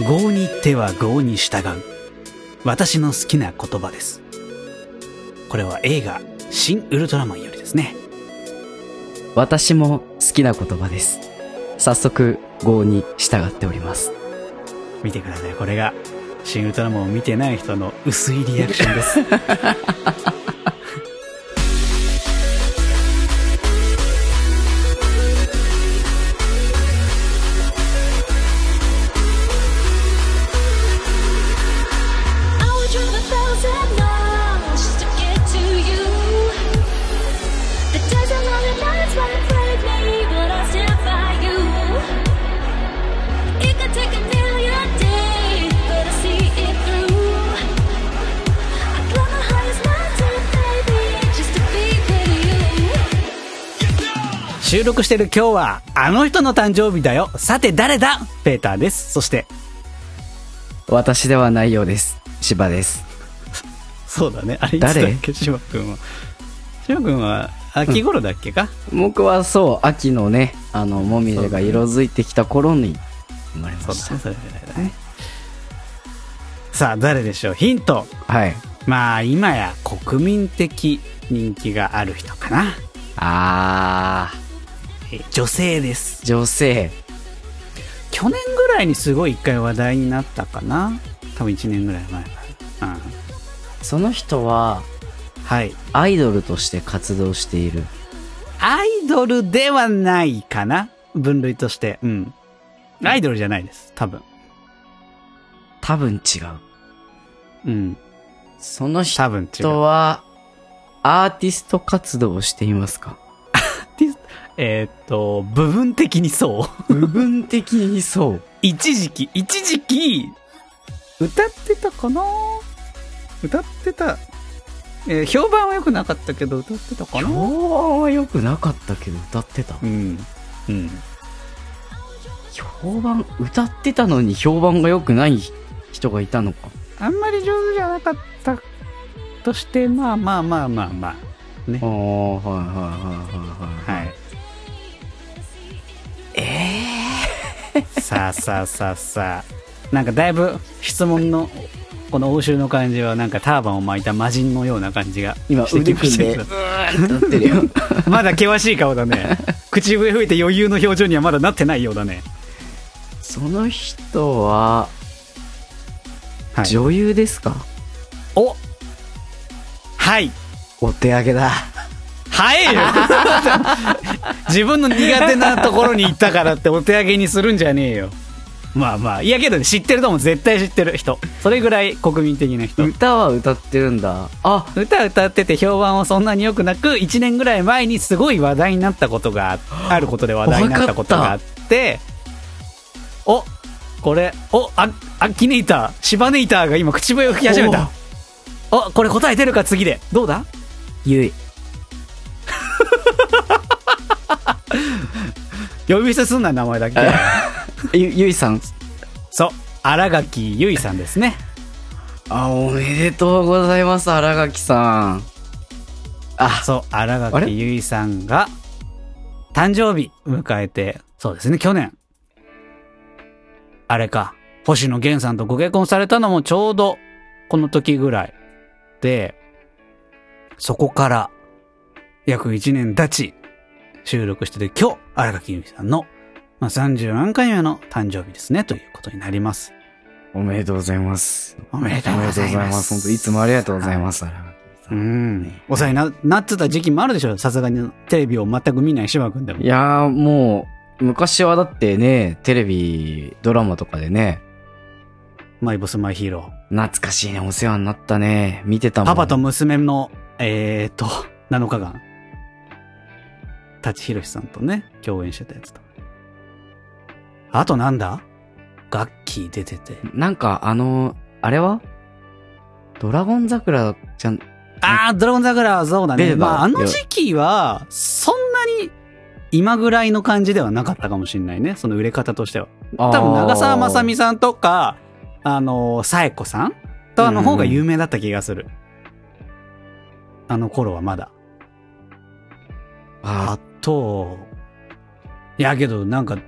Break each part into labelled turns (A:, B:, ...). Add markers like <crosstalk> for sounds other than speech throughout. A: 合に手は合に従う。私の好きな言葉です。これは映画、新ウルトラマンよりですね。
B: 私も好きな言葉です。早速、合に従っております。
A: 見てください。これが、新ウルトラマンを見てない人の薄いリアクションです。 <laughs> 収録してる今日は、あの人の誕生日だよ。さて誰だペーターです。そして。
B: 私ではないようです。芝です。
A: そうだね。あれ、誰芝くんは。芝くんは、秋頃だっけか、
B: うん、僕はそう、秋のね、あの、もみじが色づいてきた頃に生まれました。
A: そうだね、それぐらいだね。さあ、誰でしょうヒント。
B: はい。
A: まあ、今や国民的人気がある人かな。
B: ああ。
A: 女性です。
B: 女性。
A: 去年ぐらいにすごい一回話題になったかな多分1年ぐらい前から。うん。
B: その人は、
A: はい。
B: アイドルとして活動している。
A: アイドルではないかな分類として。うん。アイドルじゃないです。多分。
B: 多分違
A: う。うん。
B: その人は、アーティスト活動をしていますか。
A: えっ、ー、と、部分的にそう
B: 部分的にそう。
A: <laughs> 一時期、一時期、歌ってたかな歌ってた。えー、評判は良くなかったけど、歌ってたかな
B: 評判は良くなかったけど、歌ってた。
A: うん。うん。
B: 評判、歌ってたのに評判が良くない人がいたのか。
A: あんまり上手じゃなかったとして、まあまあまあまあまあ。ね。
B: ああ、はいはいはいはい
A: はい。はい
B: え
A: ー、さあさあさあさあなんかだいぶ質問のこの応酬の感じはなんかターバンを巻いた魔人のような感じが
B: 今腕組んでうーってるよ <laughs>
A: まだ険しい顔だね口笛吹いて余裕の表情にはまだなってないようだね
B: その人は、はい、女優ですか
A: おはい
B: お手上げだ
A: 早いよ自分の苦手なところに行ったからってお手上げにするんじゃねえよまあまあいやけど、ね、知ってると思う絶対知ってる人それぐらい国民的な人
B: 歌は歌ってるんだ
A: あ歌歌ってて評判はそんなによくなく1年ぐらい前にすごい話題になったことがあることで話題になったことがあっておこれおあアキネイターシバネイターが今口笛を吹き始めたおこれ答え出るか次でどうだ
B: ゆい
A: 呼び捨てすんな名前だけ
B: ゆゆいさん
A: そう新垣ゆいさんですね
B: あおめでとうございます新垣さん
A: あそう新垣ゆいさんが誕生日迎えてそうですね去年あれか星野源さんとご結婚されたのもちょうどこの時ぐらいでそこから約1年経ち収録してる今日、荒垣由美さんの、まあ、30何回目の誕生日ですね、ということになります。
B: おめでとうございます。
A: おめでとうございます。ます
B: 本当いつもありがとうございます、荒、は、
A: 垣、い、さん。うん。お世話にななってた時期もあるでしょさすがにテレビを全く見ない島君でも。
B: いやー、もう、昔はだってね、テレビ、ドラマとかでね。
A: マイボスマイヒーロ
B: ー。懐かしいね、お世話になったね。見てたもん。
A: パパと娘の、えー、っと、7日間。舘ひろしさんとね、共演してたやつと。あとなんだガッキー出てて。
B: なんか、あの、あれはドラゴン桜じゃん。
A: ああ、ドラゴン桜はそうだね。まあ、あの時期は、そんなに今ぐらいの感じではなかったかもしれないね。その売れ方としては。多分、長澤まさみさんとか、あの、さえこさんとあの方が有名だった気がする。うん、あの頃はまだ。
B: あ
A: と、いやけどなんか、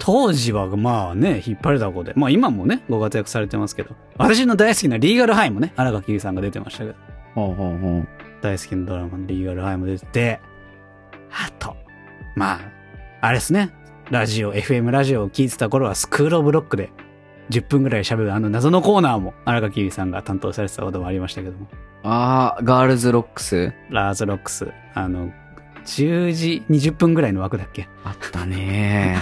A: 当時はまあね、引っ張りだこで。まあ今もね、ご活躍されてますけど。私の大好きなリーガルハイもね、荒垣結衣さんが出てましたけど。
B: ほうほうほう。
A: 大好きなドラマのリーガルハイも出てて、あと、まあ、あれですね。ラジオ、FM ラジオを聞いてた頃はスクールオブロックで10分ぐらい喋るあの謎のコーナーも荒垣結衣さんが担当されてたこともありましたけども。
B: あー、ガールズロックス。
A: ラーズロックス、あの、10時20分ぐらいの枠だっけ
B: あっ
A: <laughs>
B: たね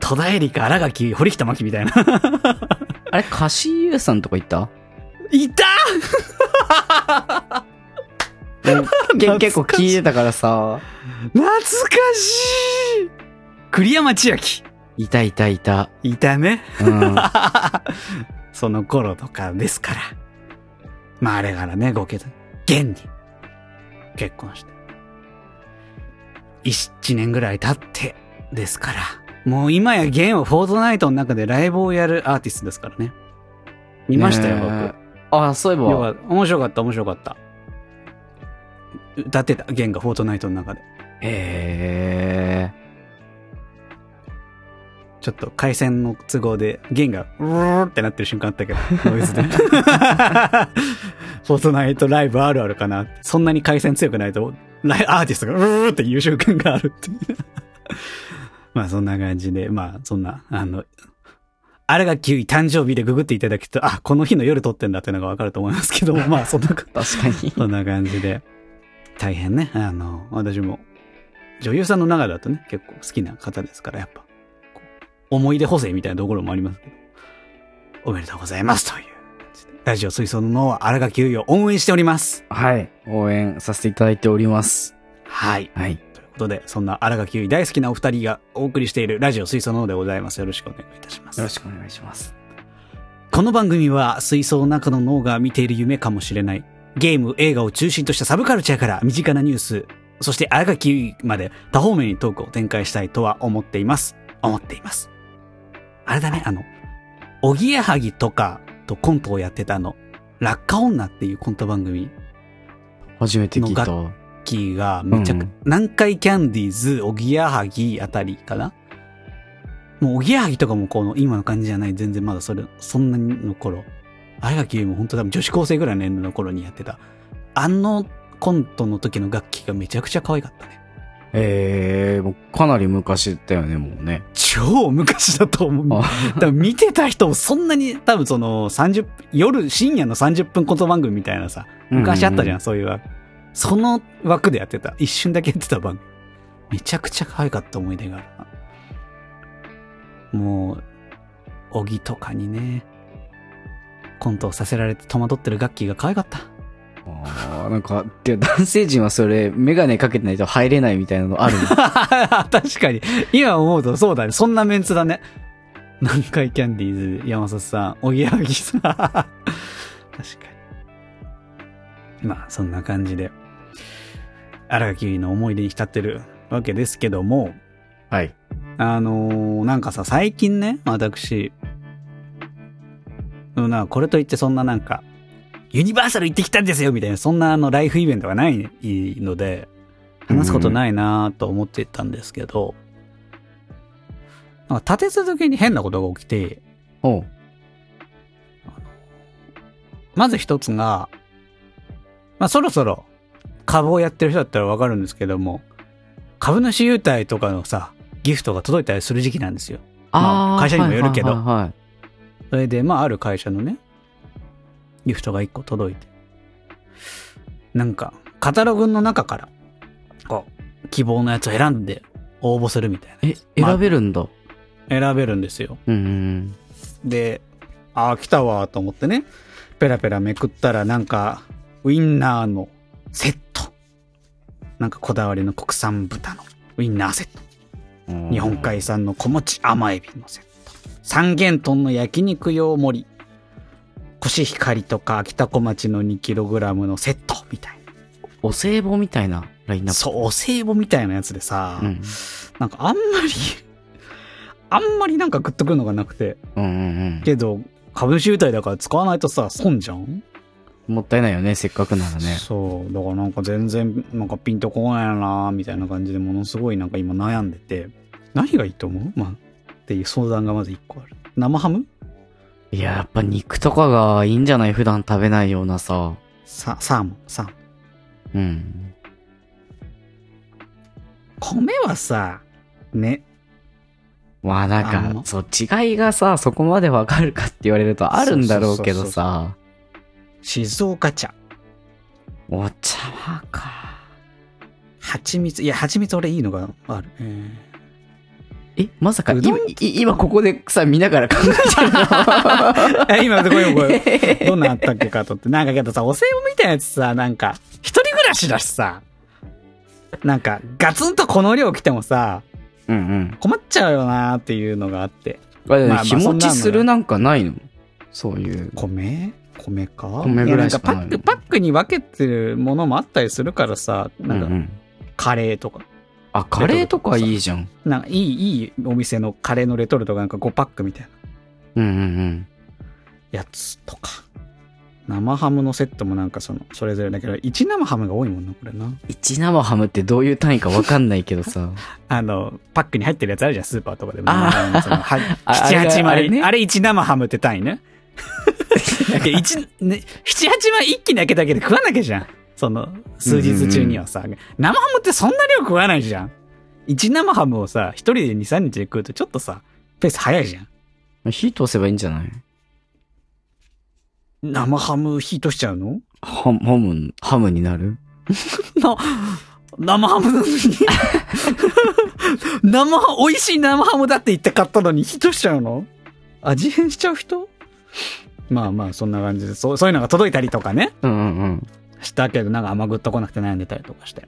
A: 戸田恵梨香、荒垣、堀北真希みたいな。 <laughs>
B: あれ、カシーユーさんとか行った
A: いた懐かしい
B: け結構聞いてたからさ。
A: 懐かしい栗山千明。
B: いたいたいた。
A: いたね。 <laughs>
B: うん。
A: その頃とかですから。まああれからね、ご結婚。現に結婚して。一年ぐらい経ってですから。もう今や現をフォートナイトの中でライブをやるアーティストですからね。見ましたよ、
B: ね
A: 僕。
B: ああ、そういえ
A: よか
B: ば。
A: った。面白かった、面白かった。歌ってた、ゲンがフォートナイトの中で。
B: へえ。
A: ちょっと回線の都合で、ゲンが、うーってなってる瞬間あったけど、ノイズで。フォートナイトライブあるあるかなって。そんなに回線強くないと、ライアーティストが、うーって言う瞬間があるっていう。まあそんな感じで、まあそんな、あの、あれが9位誕生日でググっていただくと、あ、この日の夜撮ってんだっていうのがわかると思いますけども、まあそんな感じ
B: 確かに。
A: <laughs> そんな感じで。大変ね。あの、私も、女優さんの中だとね、結構好きな方ですから、やっぱ、こう思い出補正みたいなところもありますけど、おめでとうございますという感じで。ラジオ水槽の脳は荒垣結衣を応援しております。
B: はい。応援させていただいております。
A: はい。
B: はい。
A: ということで、そんな荒垣結衣大好きなお二人がお送りしているラジオ水槽の脳でございます。よろしくお願いいたします。
B: よろしくお願いします。
A: この番組は水槽の中の脳が見ている夢かもしれない。ゲーム、映画を中心としたサブカルチャーから身近なニュース、そして荒垣結衣まで多方面にトークを展開したいとは思っています。思っています。あれだね、あの、おぎやはぎとかとコントをやってたあの、落下女っていうコント番組、
B: 初めて聞いた。
A: キーがめちゃく、
B: うん
A: 南海キャンディーズ、おぎやはぎあたりかなもうおぎやはぎとかもこの今の感じじゃない、全然まだそれ、そんなの頃。あれがきよりも本当多分女子高生ぐらいの年齢の頃にやってた。あのコントの時の楽器がめちゃくちゃ可愛かったね。
B: ええ、もうかなり昔だよね、もうね。
A: 超昔だと思う。
B: あ
A: 多分見てた人もそんなに、多分その30、夜、深夜の30分コント番組みたいなさ、昔あったじゃん、
B: う
A: そういう枠。その枠でやってた。一瞬だけやってた番組。めちゃくちゃ可愛かった思い出があるな。もう、小木とかにね、コントをさせられて戸惑ってるガッキーが可愛かった。
B: んうん。ああ、なんか、で男性陣はそれ、メガネかけてないと入れないみたいなのあるの
A: <laughs> 確かに。今思うとそうだね。そんなメンツだね。南海キャンディーズ、山里さん、おぎやはぎさん。確 <laughs> かに。まあ、そんな感じで、荒垣結衣の思い出に浸ってるわけですけども、
B: はい。
A: あのーなんかさ、最近ね、私、うんなんかこれといってそんななんか、ユニバーサル行ってきたんですよみたいな、そんなあのライフイベントがないので、話すことないなぁと思ってたんですけど、なんか立て続けに変なことが起きて、
B: おう。
A: まず一つが、まあそろそろ株をやってる人だったらわかるんですけども、株主優待とかのさ、ギフトが届いたりする時期なんですよ。まあ
B: ー
A: 会社にもよるけど
B: はいはいはいはい
A: それで、まあ、ある会社のね、ギフトが一個届いて。なんか、カタログの中から、こう、希望のやつを選んで応募するみたい
B: え、選べるんだ。
A: な。選べるんですよ。
B: うんうん
A: で、ああ、来たわーと思ってね、ペラペラめくったら、なんか、ウインナーのセット。なんかこだわりの国産豚のウインナーセット。
B: うん。
A: 日本海産の小餅甘エビのセット三元豚の焼肉用盛りコシヒカリとか秋田小町の 2kg のセットみたい
B: お歳暮みたいなラインナ
A: な
B: ップ。
A: そうお歳暮みたいなやつでさ、
B: うん。
A: なんかあんまりあんまりなんかグッとくるのがなくて
B: うんうん
A: けど株主優待だから使わないとさ損じゃん、
B: うん。もったいないよね、せっかくならね。
A: そうだからなんか全然なんかピンとこないなみたいな感じでものすごいなんか今悩んでて何がいいと思うまあっていう相談がまず一個ある。生ハム
B: いや、やっぱ肉とかがいいんじゃない普段食べないようなさ。
A: さ、サーモン、サーモン。
B: うん。
A: 米はさ、ね。
B: まあな
A: あ
B: ん
A: の
B: か、そう、違いがさ、そこまでわかるかって言われるとあるんだろうけどさ。
A: 静岡茶。
B: お茶はか。
A: 蜂蜜。いや、蜂蜜俺いいのがある。えー
B: <laughs> え、まさか、
A: うど
B: 今
A: ん、
B: い今ここでさ、見ながら考えてるの
A: え今、ごめんごめん。
B: <laughs>
A: どんなんあったっけかと思って。なんかけどさ、お歳暮みたいなやつさ、なんか、一人暮らしだしさ、なんか、ガツンとこの量来てもさ、
B: うんうん。
A: 困っちゃうよなーっていうのがあって。
B: あ
A: ま
B: れ
A: あまあ
B: 日
A: そ
B: 持
A: んな
B: ち
A: の
B: するなんかないのそういう。
A: 米米か
B: 米ぐらいしか
A: や
B: ない
A: んかパック、パックに分けてるものもあったりするからさ、
B: う
A: なんん
B: う
A: か、
B: ん。
A: カレーとか。
B: あ、カレーとかいいじゃん。
A: なんか、いい、いいお店のカレーのレトルトがなんか5パックみたいな
B: うんうんうん。
A: やつとか。生ハムのセットもなんかその、それぞれだけど、1生ハムが多いもんな、これな。
B: 一生ハムってどういう単位かわかんないけどさ。 <laughs>
A: あの、パックに入ってるやつあるじゃん、スーパーとかでも。
B: あー
A: <laughs> あのそのは
B: あ
A: 7、
B: あれ
A: 8
B: あ
A: 枚
B: れね
A: あれ1生ハムって単位ね。だけど一ね、7、8枚一気に開けただけで食わなきゃじゃん。その、数日中にはさ。生ハムってそんな量食わないじゃん。1生ハムをさ、一人で2、3日で食うとちょっとさ、ペース早いじゃん。
B: 火通せばいいんじゃない
A: 生ハム火としちゃうの
B: ハム、ハム、ハムになる
A: な、生ハムなのに。生ハム、美味しい生ハムだって言って買ったのにヒットしちゃうの味変しちゃう人まあまあ、そんな感じで、そう、そういうのが届いたりとかね。
B: うんうんうん。
A: したけど、なんか甘ぐっと来なくて悩んでたりとかして。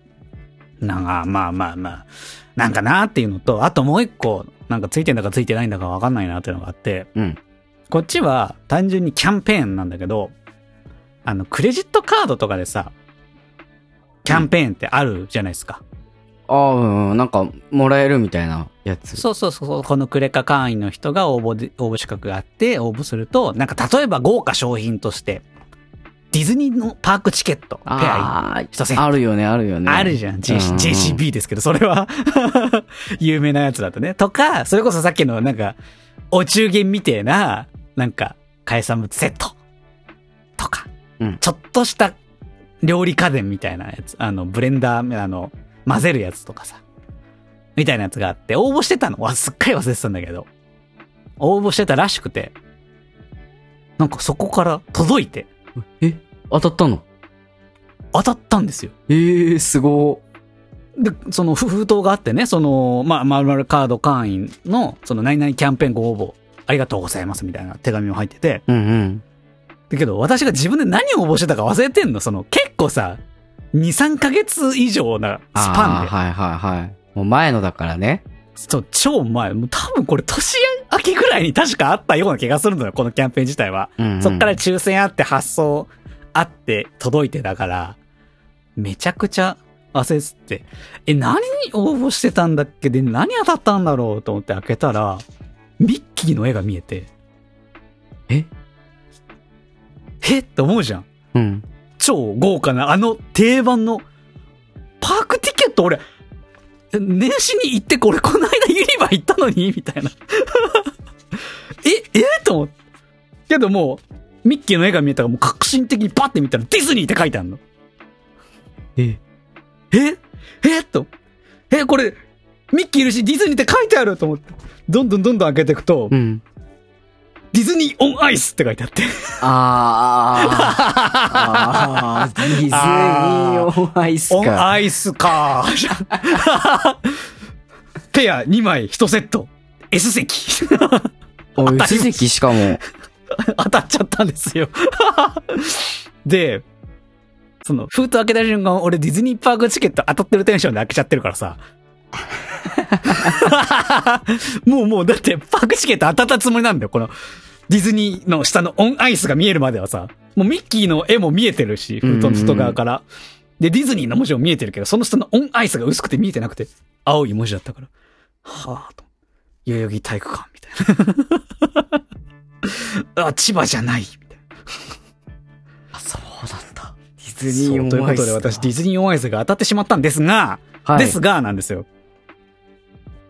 A: なんか、まあまあまあ、なんかなっていうのと、あともう一個、なんかついてんだかついてないんだかわかんないなっていうのがあって、
B: うん
A: こっちは単純にキャンペーンなんだけど、あの、クレジットカードとかでさ、キャンペーンってあるじゃないですか。
B: ああ、うんうん。なんか、もらえるみたいなやつ。
A: そうそうそう、このクレカ会員の人が応募で、応募資格があって、応募すると、なんか例えば豪華商品として、ディズニーのパークチケット、ペア
B: ああ、
A: 一千
B: あるよね、あるよね。
A: あるじゃん。JC
B: うん
A: JCB ですけど、それは、 <laughs> 有名なやつだとね。とか、それこそさっきのなんか、お中元みてえな、なんか、海産物セット。とか、
B: うん
A: ちょっとした料理家電みたいなやつ。あの、ブレンダー、あの、混ぜるやつとかさ。みたいなやつがあって、応募してたの。わ、すっかり忘れてたんだけど。応募してたらしくて。なんかそこから届いて、
B: え、当たったの
A: 当たったんですよ。
B: ええすご
A: で、そのふ封筒があってね、その、まあ、まるまるカード会員の、その、何々キャンペーンご応募、ありがとうございますみたいな手紙も入ってて、
B: うんうん。
A: だけど私が自分で何を応募してたか忘れてんの、その、結構さ、2、3ヶ月以上なスパ
B: あ
A: ン
B: ー
A: で、
B: はいはいはい。もう前のだからね。
A: そう、超前、もう多分これ年明けぐらいに確かあったような気がするのよ、このキャンペーン自体は。
B: うん、うん。
A: そっから抽選あって発送あって届いてだから、めちゃくちゃ焦って、え、何に応募してたんだっけで、何当たったんだろうと思って開けたら、ミッキーの絵が見えて、
B: え
A: えって思うじゃん。
B: うん。
A: 超豪華な、あの定番の、パークティケット俺、年始に行ってこれこの間ユニバ行ったのにみたいな。 <laughs> え、えと思って。けどもう、ミッキーの絵が見えたからもう革新的にパッて見たらディズニーって書いてあるの。
B: え、
A: ええと。え、これ、ミッキーいるしディズニーって書いてあると思って。どんどんどんどん開けていくと、
B: うん。
A: ディズニーオンアイスって書いてあって。
B: あーあー、ディズニーオンアイス
A: オン
B: か。
A: アイスか。 <laughs> ペア2枚1セット。S 席。
B: おい、
A: 当たり
B: 一時期しかも。
A: <laughs> 当たっちゃったんですよ。 <laughs> で、その、封筒開けた瞬間、俺ディズニーパークチケット当たってるテンションで開けちゃってるからさ。 <laughs> もうもう、だってパークチケット当たったつもりなんだよ。この、ディズニーの下のオンアイスが見えるまではさ。もうミッキーの絵も見えてるし、封筒の外側から。で、ディズニーの文字も見えてるけど、その下のオンアイスが薄くて見えてなくて、青い文字だったから。はぁと。代々木体育館みたいな。あ、千葉じゃない <laughs> みたいな。
B: あ、そうなんだ。ディズ
A: そうということで私、ディズニーオンアイスが当たってしまったんですが、
B: はい、
A: ですがなんですよ。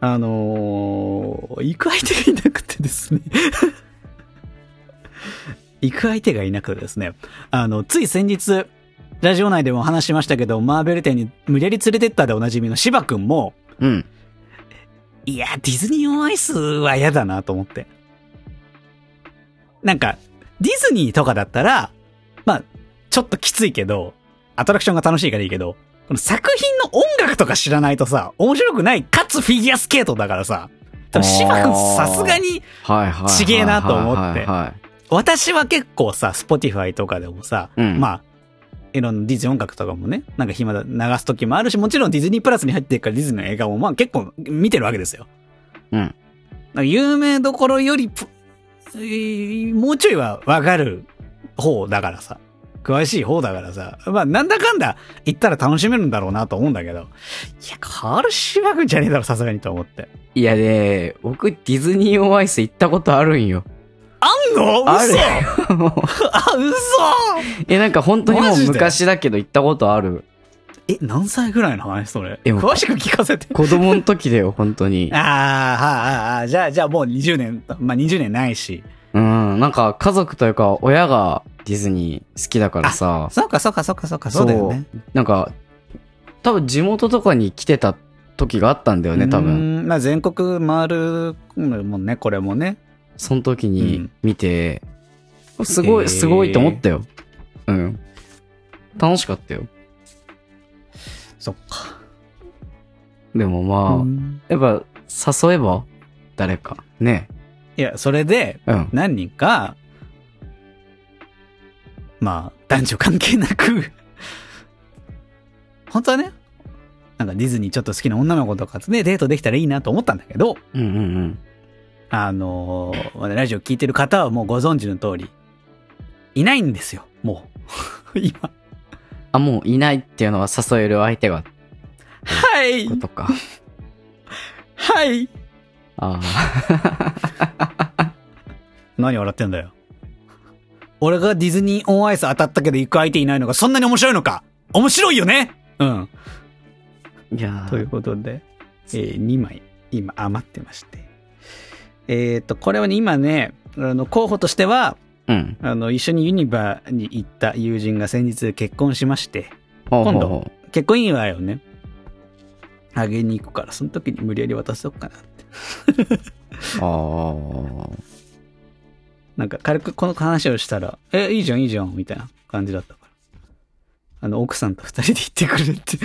A: あのー行く相手がいなくてですね。 <laughs> 行く相手がいなくてですね。あの、つい先日、ラジオ内でも話しましたけど、マーベル店に無理やり連れてったでおなじみの芝くんも、
B: うん。
A: いや、ディズニーオンアイスは嫌だなと思って。なんか、ディズニーとかだったら、まあ、ちょっときついけど、アトラクションが楽しいからいいけど、この作品の音楽とか知らないとさ、面白くない、かつフィギュアスケートだからさ、多分芝くん
B: あー
A: さすがに、
B: はいはいはいはい。
A: ちげえなと思って
B: はいは
A: 私は結構さ、Spotify とかでもさ、
B: うん
A: まあ、いろんなディズニー音楽とかもね、なんか暇だ、流す時もあるし、もちろんディズニープラスに入ってるからディズニーの映画もまあ結構見てるわけですよ。
B: うん
A: なんか有名どころよりぷ、えーもうちょいはわかる方だからさ。詳しい方だからさ。まあ、なんだかんだ言ったら楽しめるんだろうなと思うんだけど。いや、カールシバくんじゃねえだろ、さすがにと思って。
B: い。いやね、僕ディズニーオンアイス行ったことあるんよ。
A: あんの
B: ある
A: 嘘あ、嘘
B: え、なんか本当にも
A: マ
B: う
A: ジで
B: 昔だけど行ったことある。
A: え、何歳ぐらいの話それ
B: えもう
A: 詳しく聞かせ
B: <laughs>
A: て。
B: 子供の時だよ、本当に
A: あ。あ、ああ、じゃあ、じゃあもう20年、まあ、20年ないし。
B: うん、なんか家族というか親がディズニー好きだからさ、
A: そうか、そうか、そうか、そうか、
B: そうだよね。なんか、多分地元とかに来てた時があったんだよね、多分。
A: 分。まあ、全国回るもんね、これもね。
B: その時
A: う
B: に
A: ん
B: 見て、す
A: へ
B: ご
A: ー
B: い、すごいと思ったよ。うん。楽しかったよ。
A: そっか。
B: でもま
A: うん
B: あ、やっぱ、誘えば、誰か。ね。
A: いや、それで、
B: うん。
A: 何人か、まあ、男女関係なく、本当はね、なんかディズニーちょっと好きな女の子とかとね、デートできたらいいなと思ったんだけど、
B: うんうんうん。
A: あのーまだラジオ聞いてる方はもうご存知の通り、いないんですよ、もう。 <laughs> 今。
B: あ、もういないっていうのは誘える相手がって
A: はい
B: ことか。
A: はい
B: あ
A: 何笑ってんだよ。俺がディズニーオンアイス当たったけど行く相手いないのがそんなに面白いのか面白いよねうん。
B: <laughs> あ。いやー
A: ということで、え2枚、今余ってまして。えっ、と、これはね、今ね、あの、候補としては、
B: うん。
A: あの、一緒にユニバーに行った友人が先日結婚しまして、
B: ほうほう
A: 今
B: ほ
A: 度結婚祝いをね、あげに行くから、その時に無理やり渡そうかなって。
B: う。ああ。
A: なんか軽くこの話をしたら、え、いいじゃん、いいじゃん、みたいな感じだったから。あの、奥さんと二人で行ってくれって。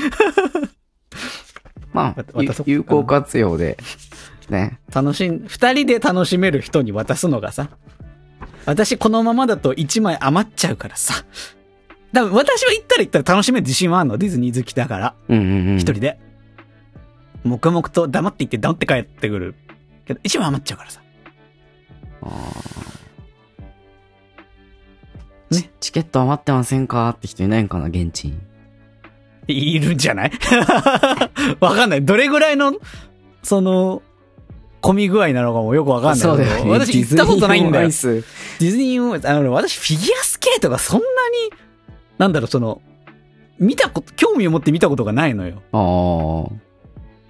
A: <laughs>
B: ま
A: わ
B: あ
A: た、渡そうかな
B: 有効活用で、ね。
A: 楽しん、二人で楽しめる人に渡すのがさ、私このままだと一枚余っちゃうからさ。多分私は行ったら行ったら楽しめる自信はあるの、ディズニー好きだから。
B: うんうんうん。
A: 一人で。黙々と黙って行って黙って帰ってくる。けど、一枚余っちゃうからさ。
B: あー
A: ね
B: チチケット余ってませんかって人いないんかな、現地に。
A: いるんじゃない <laughs> わかんない。どれぐらいの、その、混み具合なのかもよくわかんない。
B: そうだよね。
A: 私行ったことないんだよ
B: ディ。ズニーオンアイス
A: ディズニーオンアイスあの、私フィギュアスケートがそんなに、なんだろう、その、見たこと、興味を持って見たことがないのよ。
B: あー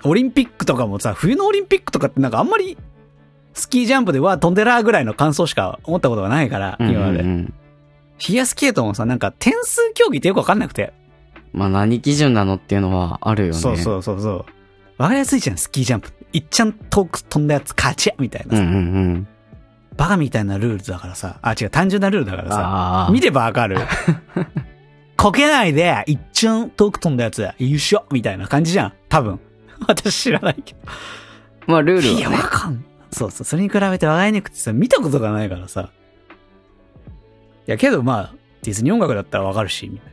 A: オリンピックとかもさ、冬のオリンピックとかってなんかあんまり、スキージャンプでは飛んでらーぐらいの感想しか思ったことがないから、
B: うんうんうん。
A: 今まで。フィギュアスケートもさ、なんか点数競技ってよくわかんなくて。
B: まあ何基準なのっていうのはあるよね。
A: そう
B: う。
A: そうそうそう。わかりやすいじゃん、スキージャンプ。いっちゃん遠く飛んだやつ勝ちやみたいな
B: うん
A: さ、
B: うんうん。
A: バカみたいなルールだからさ。あ、違う、単純なルールだからさ。
B: ああ。
A: 見ればわか
B: <laughs>
A: る。こけないで、いっちゃん遠く飛んだやつ、優勝みたいな感じじゃん。多分。 <laughs> 私知らないけど。
B: まあルー
A: い
B: ル
A: や、
B: はね
A: わ。かん。そうそう。それに比べてわかりにくくてさ、見たことがないからさ。いや、けどまあ、ディズニー音楽だったらわかるし、みたい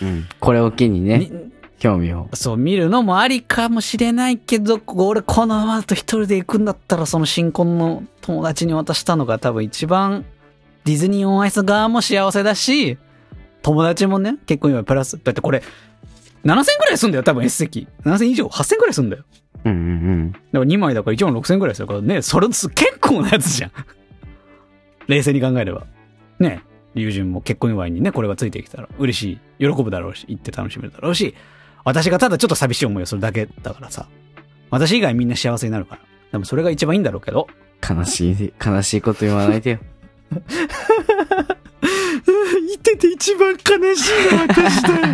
B: うん。これを機に
A: な
B: ね、
A: に
B: 興味を。
A: そう、見るのもありかもしれないけど、俺このままだと一人で行くんだったら、その新婚の友達に渡したのが多分一番、ディズニーオンアイス側も幸せだし、友達もね、結婚今プラス、だってこれ、7000くらいすんだよ、多分 S 席。7000以上、8000くらいすんだよ。
B: うんうんうん。
A: だから2枚だから1万6000くらいするからね、それ結構なやつじゃん。 <laughs> 冷静に考えれば。ね、友人も結婚祝いにね、これがついてきたら嬉しい。喜ぶだろうし、行って楽しめるだろうし、私がただちょっと寂しい思いをするだけだからさ。私以外みんな幸せになるから。でもそれが一番いいんだろうけど。
B: 悲しい、悲しいこと言わな
A: <laughs>
B: いでよ。
A: 言ってて一番悲しいのは私だよ。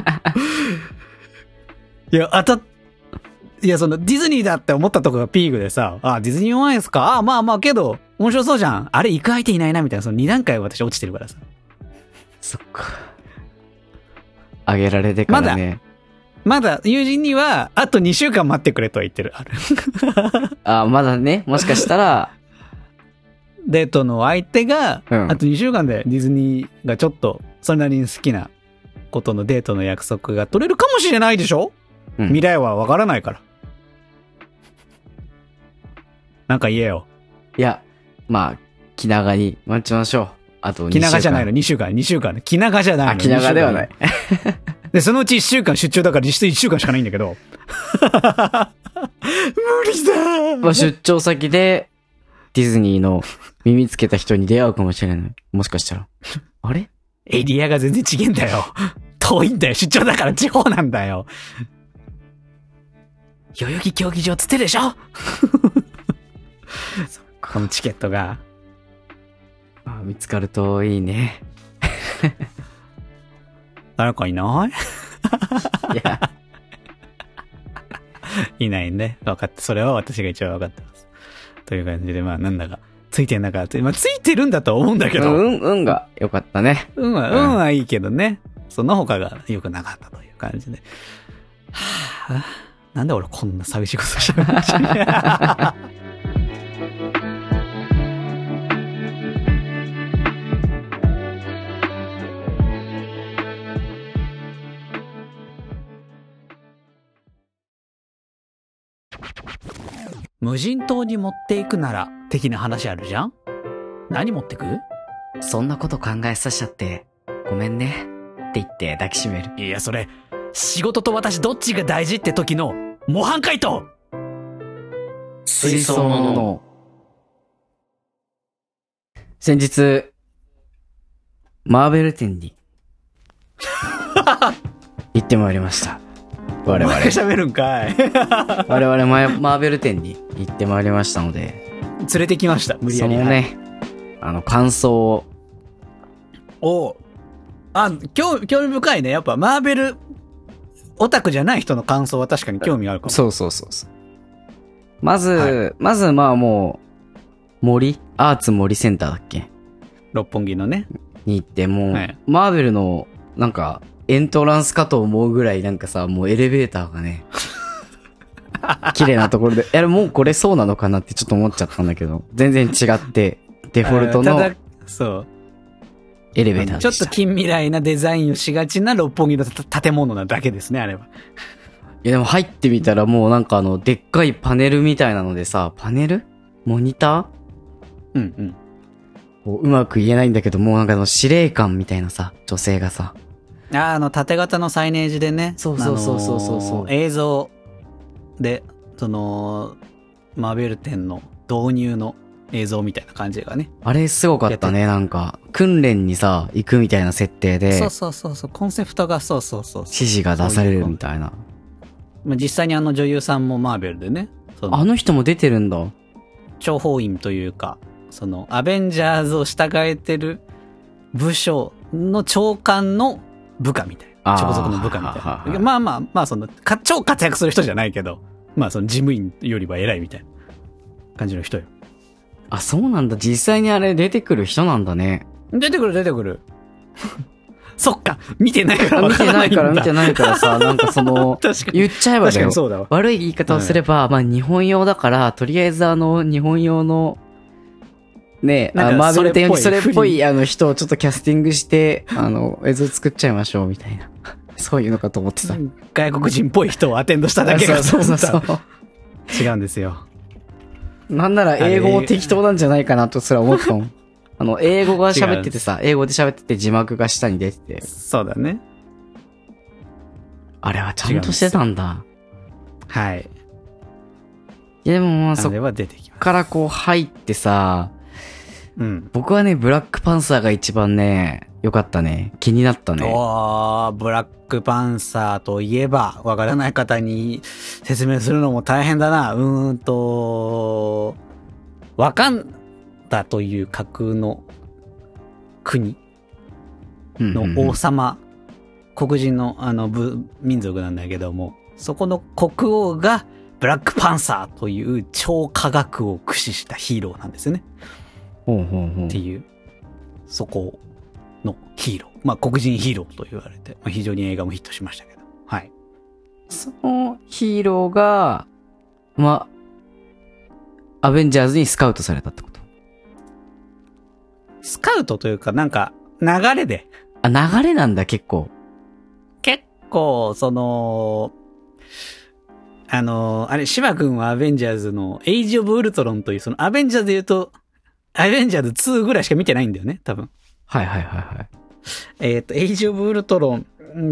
A: <laughs> いや、当たっ、いや、その、ディズニーだって思ったとこがピークでさ、あ、ディズニーワンですかあ、まあまあ、けど、面白そうじゃん。あれ、行く相手いないな、みたいな、その2段階私落ちてるからさ。
B: そっか。あげられてからね。
A: まだ、友人には、あと2週間待ってくれとは言ってる。あれ
B: あ、まだね、もしかしたら、
A: デートの相手が、
B: うん
A: あと2週間でディズニーがちょっと、それなりに好きなことのデートの約束が取れるかもしれないでしょ、
B: うん
A: 未来はわからないから。なんか言えよ。
B: いや、まあ、気長に待ちましょう。あと2週
A: 気
B: 間。
A: 長じゃないの、2週間、2週間。気長じゃない
B: あ、
A: の。
B: 気長ではない
A: 2。週間。で、そのうち1週間出張だから実質1週間しかないんだけ
B: <laughs>
A: ど。無理だー
B: まあ、出張先で、ディズニーの耳つけた人に出会うかもしれない。もしか <laughs> したら。あれ
A: エリアが全然違えんだよ。遠いんだよ。出張だから地方なんだよ。代々木競技場つってるでしょこのチケットが。
B: あ見つかるといいね。
A: 誰かいない
B: いや、
A: いないね。分かった。それは私が一番分かってます。という感じで、まあなんだか、ついてんだか、ついまあついてるんだとは思うんだけ
B: う
A: ど。
B: ん、運が良かったね。
A: 運は、
B: うん
A: 運はいいけどね。その他が良くなかったという感じで。はあ、なんで俺こんな寂しいことしゃべっちゃう無人島に持っていくなら的な話あるじゃん何持ってく
B: そんなこと考えさせちゃって、ごめんね。って言って抱きしめる。
A: いや、それ、仕事と私どっちが大事って時の模範解答
B: 水槽の脳。先日、マーベル展 <laughs> に、行ってまいりました。我々。
A: 喋るんかい。連
B: 我々マー、マーベル展に行ってまいりましたので、
A: れてきました、無理や
B: そ
A: り。
B: のね、あの、感想を、
A: おあ、興興味深いね。やっぱ、マーベル、オタクじゃない人の感想は確かに興味があるかも。
B: そうそうそうそう。まず、
A: は
B: まずまあもう、森アーツ森センターだっけ
A: 六本木のね。
B: に行って、もう、
A: はい
B: マーベルの、なんか、エントランスかと思うぐらい、なんかさ、もうエレベーター
A: <laughs>
B: がね、綺麗なところで、いや、もうこれそうなのかなってちょっと思っちゃったんだけど、全然違って、デフォルト
A: あ
B: の
A: ーただそう。
B: エレ
A: ち
B: ベーター
A: ょ
B: で
A: っ
B: し
A: と
B: た。
A: 近未来なデザインをしがちな六本木のた建物なだけですね、あれは。
B: いやでも入ってみたらもうなんかあの、でっかいパネルみたいなのでさ、パネルモニタ
A: うんうん。
B: ーこううまく言えないんだけど、もうなんかあの司令官みたいなさ、女性がさ、
A: あーあの縦型のサイネージでね
B: そうそうそうそうそうそう
A: あのー映像でそのマーベル展の導入の映像みたいな感じがね、
B: あれすごかったね、なんか、訓練にさ、行くみたいな設定で、
A: そう
B: 指
A: そうそうそうコンセプトがそうそうそうそう、
B: 示が出されるみたいな。
A: まあ、実際にあの女優さんもマーベルでねそ
B: あ
A: の
B: の人も出てるんだ。
A: 諜報員というかそのアベンジャーズを従えてる部署の長官の部下みたいな
B: あー
A: 直属の部下み
B: はは
A: たいな
B: は
A: まあまあまあそのか超活躍する人じゃないけどまあその事務員よりは偉いみたいな感じの人よ
B: あ、そうなんだ。実際にあれ出てくる人なんだね。
A: 出てくる出てくる <laughs> そっか見てないからわ
B: 見
A: か
B: て
A: ら
B: な
A: ない
B: い
A: んだ
B: から、見てないからさ、なんかその、
A: <laughs> 確かに
B: 言っちゃえば
A: 確
B: だ
A: か
B: よ
A: に。そうだわ
B: 悪い言い方をすれば、まあ日本用だから、とりあえずあの、日本用の、ねえ、
A: なん
B: あ
A: か
B: マーベル店用に
A: そ
B: そ
A: れ
B: れ
A: っぽい
B: っぽいあの人をちょっとキャスティング <laughs> して、あの、映像作っちゃいましょうみたいな。そういうのかと思 <laughs> ってた。
A: 外国人っぽい人をアテンドしただけ
B: そ
A: が
B: うそうそうそ
A: 違うんですよ
B: う。なんなら英語も適当なんじゃないかなとすら思ったもん。あの、英語が喋っててさ、英語で喋ってて字幕が下に出てて、
A: そうだね
B: あれはちゃんとしてたんだ。
A: はい
B: いやでもまあ
A: あ
B: そっ
A: れは出てきま
B: からこう入ってさ、
A: うん。
B: 僕はね、ブラックパンサーが一番ね、良かったね。気になったね。
A: おーブラックパンサーといえば、わからない方に説明するのも大変だな。うーんと、わかんだという架空の国
B: うんうんうん
A: の王様、黒人のあの部民族なんだけども、そこの国王がブラックパンサーという超科学を駆使したヒーローなんですよね。
B: ほうほうほう
A: っていう、そこのヒーロー。まあ、黒人ヒーローと言われて、まあ、非常に映画もヒットしましたけど。はい。
B: そのヒーローが、まあ、アベンジャーズにスカウトされたってこと。
A: スカウトというか、なんか、流れで、
B: あ、流れなんだ、結構。
A: 結構、その、あの、あれ、芝君はアベンジャーズの、エイジ・オブ・ウルトロンという、その、アベンジャーズで言うと、アベンジャーズ2ぐらいしか見てないんだよね、多分。
B: はいはいはいはい。
A: えっ、と、エイジ・オブ・ウルトロン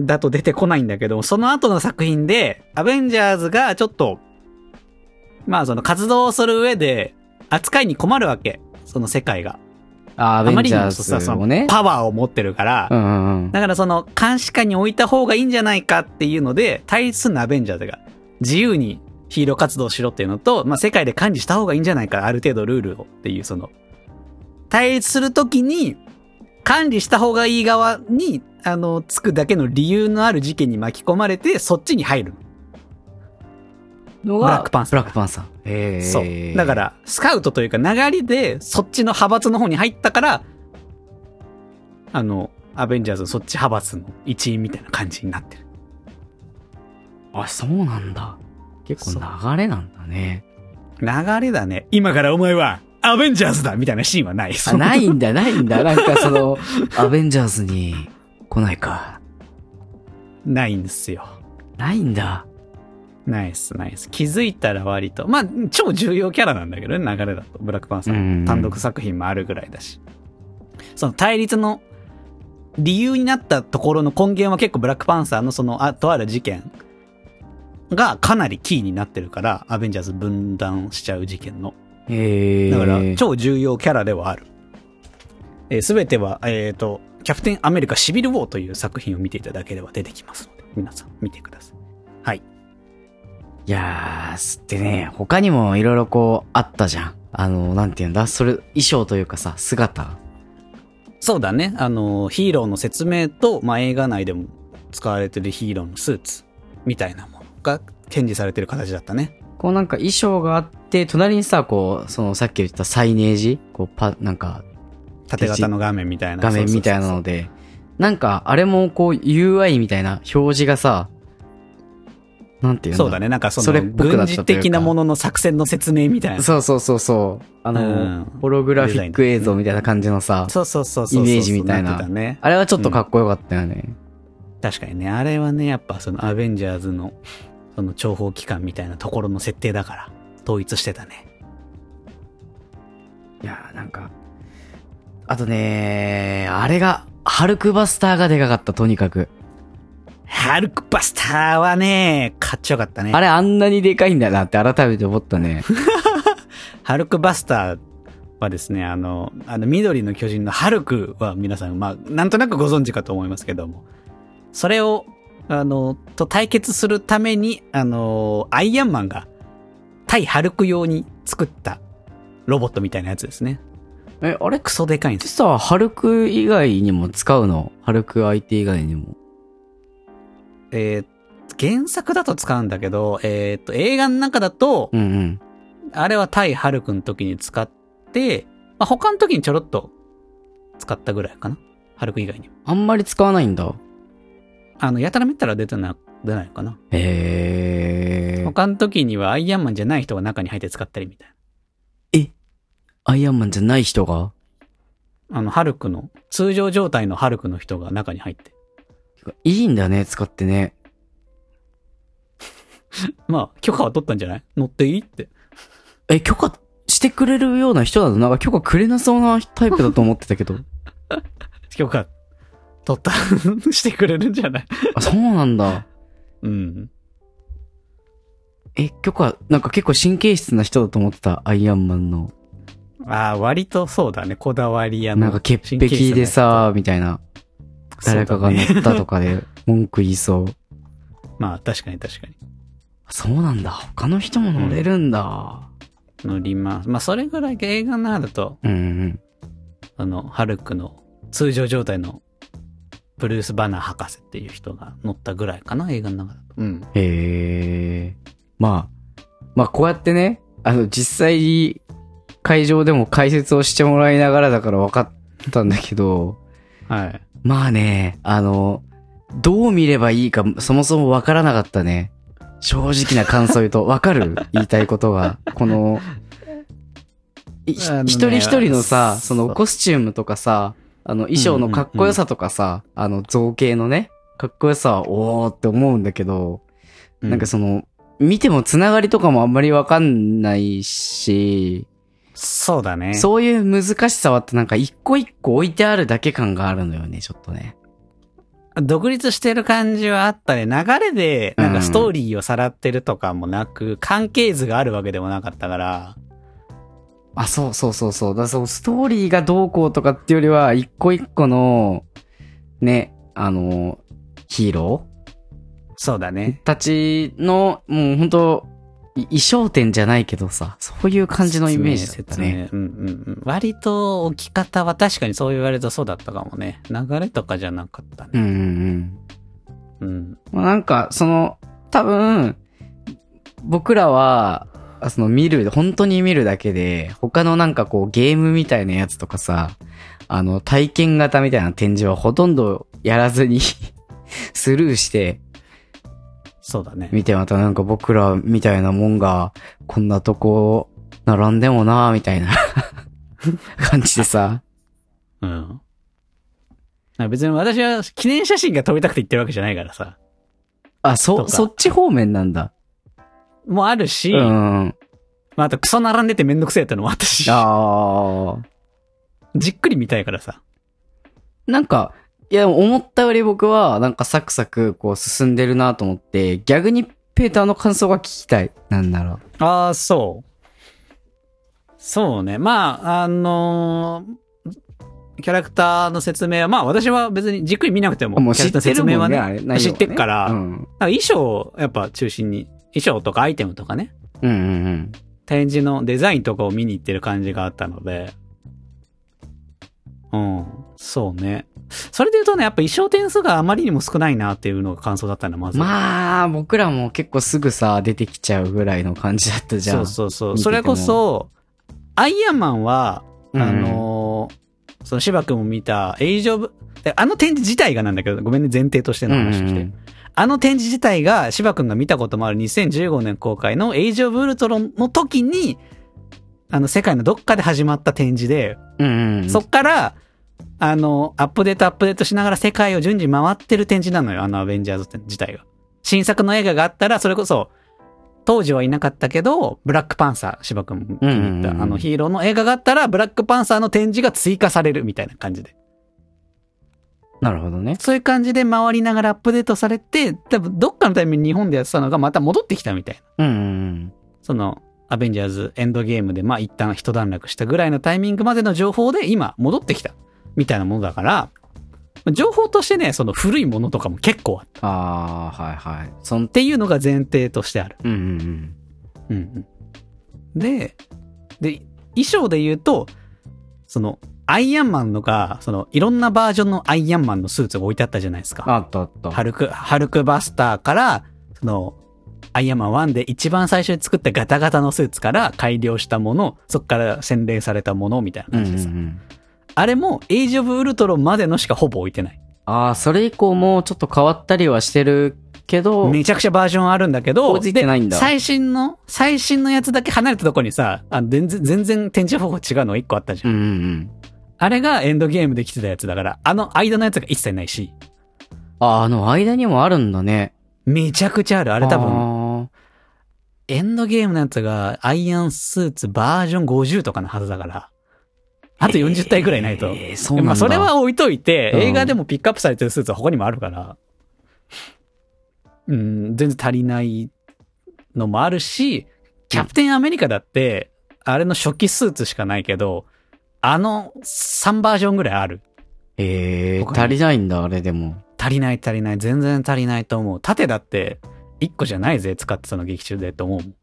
A: だと出てこないんだけども、その後の作品で、アベンジャーズがちょっと、まあその活動をする上で、扱いに困るわけ。その世界が。
B: あ、ア
A: あ
B: ベ
A: ま
B: ン
A: り
B: ジ
A: に
B: ャ
A: も
B: ー
A: そ
B: ズもね。
A: パワーを持ってるから、
B: うんうんうん。
A: だからその監視下に置いた方がいいんじゃないかっていうので、対するアベンジャーズが自由にヒーロー活動をしろっていうのと、まあ、世界で管理した方がいいんじゃないか、ある程度ルールをっていうその、対立するときに、管理した方がいい側に、あの、つくだけの理由のある事件に巻き込まれて、そっちに入る。
B: の
A: ブラックパンサー
B: ブラックパンサー。ええ
A: そう。だか。ら、スカウトというか流れで、そっちの派閥の方に入ったから、あの、アベンジャーズのそっち派閥の一員みたいな感じになってる。
B: あ、そうなんだ。結構流れなんだね。
A: 流れだね。今からお前は、アベンジャーズだみたいなシーンはない。
B: あ、ないんだ、ないんだ。なんかその、アベンジャーズに来ないか。
A: <laughs> ないんですよ。
B: ないんだ。
A: ないっす、ないっす。気づいたら割と。まあ、超重要キャラなんだけどね、流れだと。ブラックパンサ
B: うんう
A: ー。
B: ん
A: 単独作品もあるぐらいだし。その対立の理由になったところの根源は結構ブラックパンサーのその、あ、とある事件がかなりキーになってるから、アベンジャーズ分断しちゃう事件の。
B: ええ
A: だから、超重要キャラではある。えー、すべては、えっ、と、キャプテンアメリカシビルウォーという作品を見ていただければ出てきますので、皆さん見てください。はい。
B: いやー、すってね、他にもいろいろこう、あったじゃん。あの、なんていうんだ、それ、衣装というかさ、姿。
A: そうだね。あのー、ヒーローの説明と、まあ、映画内でも使われてるヒーローのスーツみたいなものが展示されてる形だったね。
B: こうなんか衣装があって、隣にさ、こう、そのさっき言ったサイネージ、こう、パ、なんか、
A: 縦型の画面みたいな。
B: 画面みたいな
A: そうそうそう
B: ので、なんか、あれもこう、UI みたいな表示がさ、なんていうんだ
A: そうだね。なんかその、
B: それっぽくな
A: 軍
B: ったというか
A: 事的なものの作戦の説明みたいな。
B: そうそうそうそう。あ
A: うん
B: の、ホログラフィック映像みたいな感じのさ、
A: そうそうそうそうそう。
B: イメージみたいな
A: ってね。
B: あれはちょっとかっこよかったよね。
A: 確かにね、あれはね、やっぱそのアベンジャーズの、その諜報機関みたいなところの設定だから、統一してたね。
B: いやーなんか、あとねー、あれが、ハルクバスターがでかかった、とにかく。
A: ハルクバスターはね、かっちょよかったね。
B: あれあんなにでかいんだなって改めて思った <laughs> ね。
A: ハルクバスターはですね、あの、あの、緑の巨人のハルクは皆さん、まあ、なんとなくご存知かと思いますけども、それを、あの、と対決するために、あの、アイアンマンが、対ハルク用に作ったロボットみたいなやつですね。
B: え、あれ
A: クソでかいんですよ
B: ってさ、ハルク以外にも使うのハルク相手以外にも。
A: えー原作だと使うんだけど、えーっと、映画の中だと、
B: うんうん。
A: あれは対ハルクの時に使って、まあ、他の時にちょろっと使ったぐらいかな。ハルク以外にも。
B: あんまり使わないんだ。
A: あの、やたらめったら出てな、出ないのかな。
B: へー。
A: 他の時にはアイアンマンじゃない人が中に入って使ったりみたい
B: アイアンマンじゃない人が
A: な。あの、ハルクの、通常状態のハルクの人が中に入って。
B: いいんだね、使ってね。
A: まあ、許可は取ったんじゃない乗っていいって。
B: え、許可してくれるような人なのなんか許可くれなそうなタイプだと思ってたけ <laughs> ど。
A: 許可、取った、 <laughs> してくれるんじゃない
B: あ、そうなんだ。
A: うん。
B: え、許可、なんか結構神経質な人だと思ってた、アイアンマンの。
A: ああ、割とそうだね、こだわり屋の。
B: なんか潔癖でさ、みたいな。誰かが
A: そうだね
B: 乗ったとか <laughs> で文句言いそう。
A: まあ、確かに確かに。
B: そうなんだ。他の人も乗れるんだ。
A: 乗ります。まあ、それぐらい映画になると、
B: うんうん。
A: あの、ハルクの通常状態のブルース・バナー博士っていう人が乗ったぐらいかな、映画の中だと。うん。
B: ええまあ、まあこうやってね、あの実際に会場でも解説をしてもらいながらだから分かったんだけど、
A: はい。
B: まあね、あの、どう見ればいいかそもそも分からなかったね。正直な感想言うと、分か
A: <laughs>
B: る言いたいことが。この、い
A: あのね
B: 一人一人のさ、その
A: そう
B: コスチュームとかさ、あの衣装のかっこよさとかさ、あの造形のね、かっこよさはおーって思うんだけど、
A: う
B: なんかその、見てもつながりとかもあんまりわかんないし、
A: そうだね。
B: そういう難しさはあってなんか一個一個置いてあるだけ感があるのよね、ちょっとね。
A: 独立してる感じはあったね。流れで、なんかストーリーをさらってるとかもなく、関係図があるわけでもなかったから、
B: あ、そうそうそうそう。だからそのストーリーがどうこうとかっていうよりは、一個一個の、ね、あの、ヒーロ
A: そうだ
B: ー
A: ね。
B: たちの、もう本当い衣装店じゃないけどさ、そういう感じのイメージだったね。
A: 説明うんうんうん。割と置き方は確かにそう言われるとそうだったかもね。流れとかじゃなかった
B: う
A: ね。
B: んうんうん。
A: うん。
B: まあ、なんか、その、多分、僕らは、あその見る、本当に見るだけで、他のなんかこうゲームみたいなやつとかさ、あの体験型みたいな展示はほとんどやらずに <laughs> スルーして、
A: そうだね。
B: 見てまたなんか僕らみたいなもんが、こんなとこ並んでもなぁ、みたいな <laughs> 感じでさ、
A: うん。あ別に私は記念写真が撮りたくて言ってるわけじゃないからさ。
B: あ、
A: と
B: そ、
A: か
B: そっち方面なんだ。
A: もうあるし、
B: うん。
A: まあ、あとクソ並んでてめんどくせえってのもあったし、
B: ああ。
A: じっくり見たいからさ。
B: なんか、いや、思ったより僕は、なんかサクサク、こう、進んでるなと思って、逆にペーターの感想が聞きたい。なんなら。
A: ああ、そう。そうね。まあ、あのーキャラクターの説明は、まあ私は別にじっくり見なくても、
B: もう
A: キャ
B: 知
A: ラク
B: っ
A: ター
B: て
A: の
B: る
A: 説
B: もんね、
A: 明はね、
B: あれ、内容はね
A: 知ってっから
B: うん。
A: なんか衣装をやっぱ中心に、衣装とかアイテムとかね、
B: うんうんうん。
A: 展示のデザインとかを見に行ってる感じがあったので、うん、そうね。それで言うとね、やっぱ衣装点数があまりにも少ないなっていうのが感想だったの、まず。
B: まあ、僕らも結構すぐさ、出てきちゃうぐらいの感じだったじゃ
A: そ
B: ん。
A: うそうそ
B: 見
A: う。
B: てて
A: それこそ、アイアンマンは、
B: うんうん
A: あのーその芝君も見た、エイジョブ、であの展示自体がなんだけど、ごめんね、前提としての話として。
B: うんうんうん
A: あの展示自体が、芝君が見たこともある2015年公開のエイジ・オブ・ウルトロンの時に、あの、世界のどっかで始まった展示で、
B: うんうん。
A: そっから、あの、アップデートアップデートしながら世界を順次回ってる展示なのよ、あのアベンジャーズ展自体が。新作の映画があったら、それこそ、当時はいなかったけど、ブラックパンサー、芝君も見に行った、
B: うんうんうん
A: あのヒーローの映画があったら、ブラックパンサーの展示が追加されるみたいな感じで。
B: なるほどね。
A: そういう感じで回りながらアップデートされて、多分どっかのタイミングに日本でやってたのがまた戻ってきたみたいな。
B: うんうん
A: その、アベンジャーズエンドゲームで、まあ一旦一段落したぐらいのタイミングまでの情報で今戻ってきた。みたいなものだから、情報としてね、その古いものとかも結構あった。っ
B: うん。ああ、はいはい。そん、
A: ていうのが前提としてある。
B: うんうんうん。
A: うんうん。で、で、衣装で言うと、その、アイアンマンのが、その、いろんなバージョンのアイアンマンのスーツが置いてあったじゃないですか。
B: あったあった。
A: ハルク、ハルクバスターから、その、アイアンマン1で一番最初に作ったガタガタのスーツから改良したもの、そっから洗練されたものみたいな
B: うん
A: 感
B: うん
A: じ
B: う
A: でさ。
B: ん。
A: あれも、エイジオブ・ウルトロンまでのしかほぼ置いてない。
B: ああ、それ以降もちょっと変わったりはしてるけど、
A: めちゃくちゃバージョンあるんだけど、
B: 追いついてないんだ
A: で最新の、最新のやつだけ離れたとこにさ、あの全然、全然展示方法違うの1個あったじゃ。
B: うんんうんうん。
A: あれがエンドゲームで来てたやつだから、あの間のやつが一切ないし、
B: ああ、あの間にもあるんだね。
A: めちゃくちゃある。あ
B: あ
A: れ多分、
B: 分。
A: エンドゲームのやつが、アイアンスーツバージョン50とかのはずだから、あと40体ぐらいないと。
B: えーそうなんだ。
A: まあ、それは置いといて、
B: うん
A: 映画でもピックアップされてるスーツは他にもあるから、うん、全然足りないのもあるし、キャプテンアメリカだって、あれの初期スーツしかないけど、あの3バージョンぐらいある。
B: ええ
A: 他に
B: 足りないんだ、あれでも。
A: 足りない足りない、全然足りないと思う。縦だって、1個じゃないぜ、使ってたの劇中でと思うもん。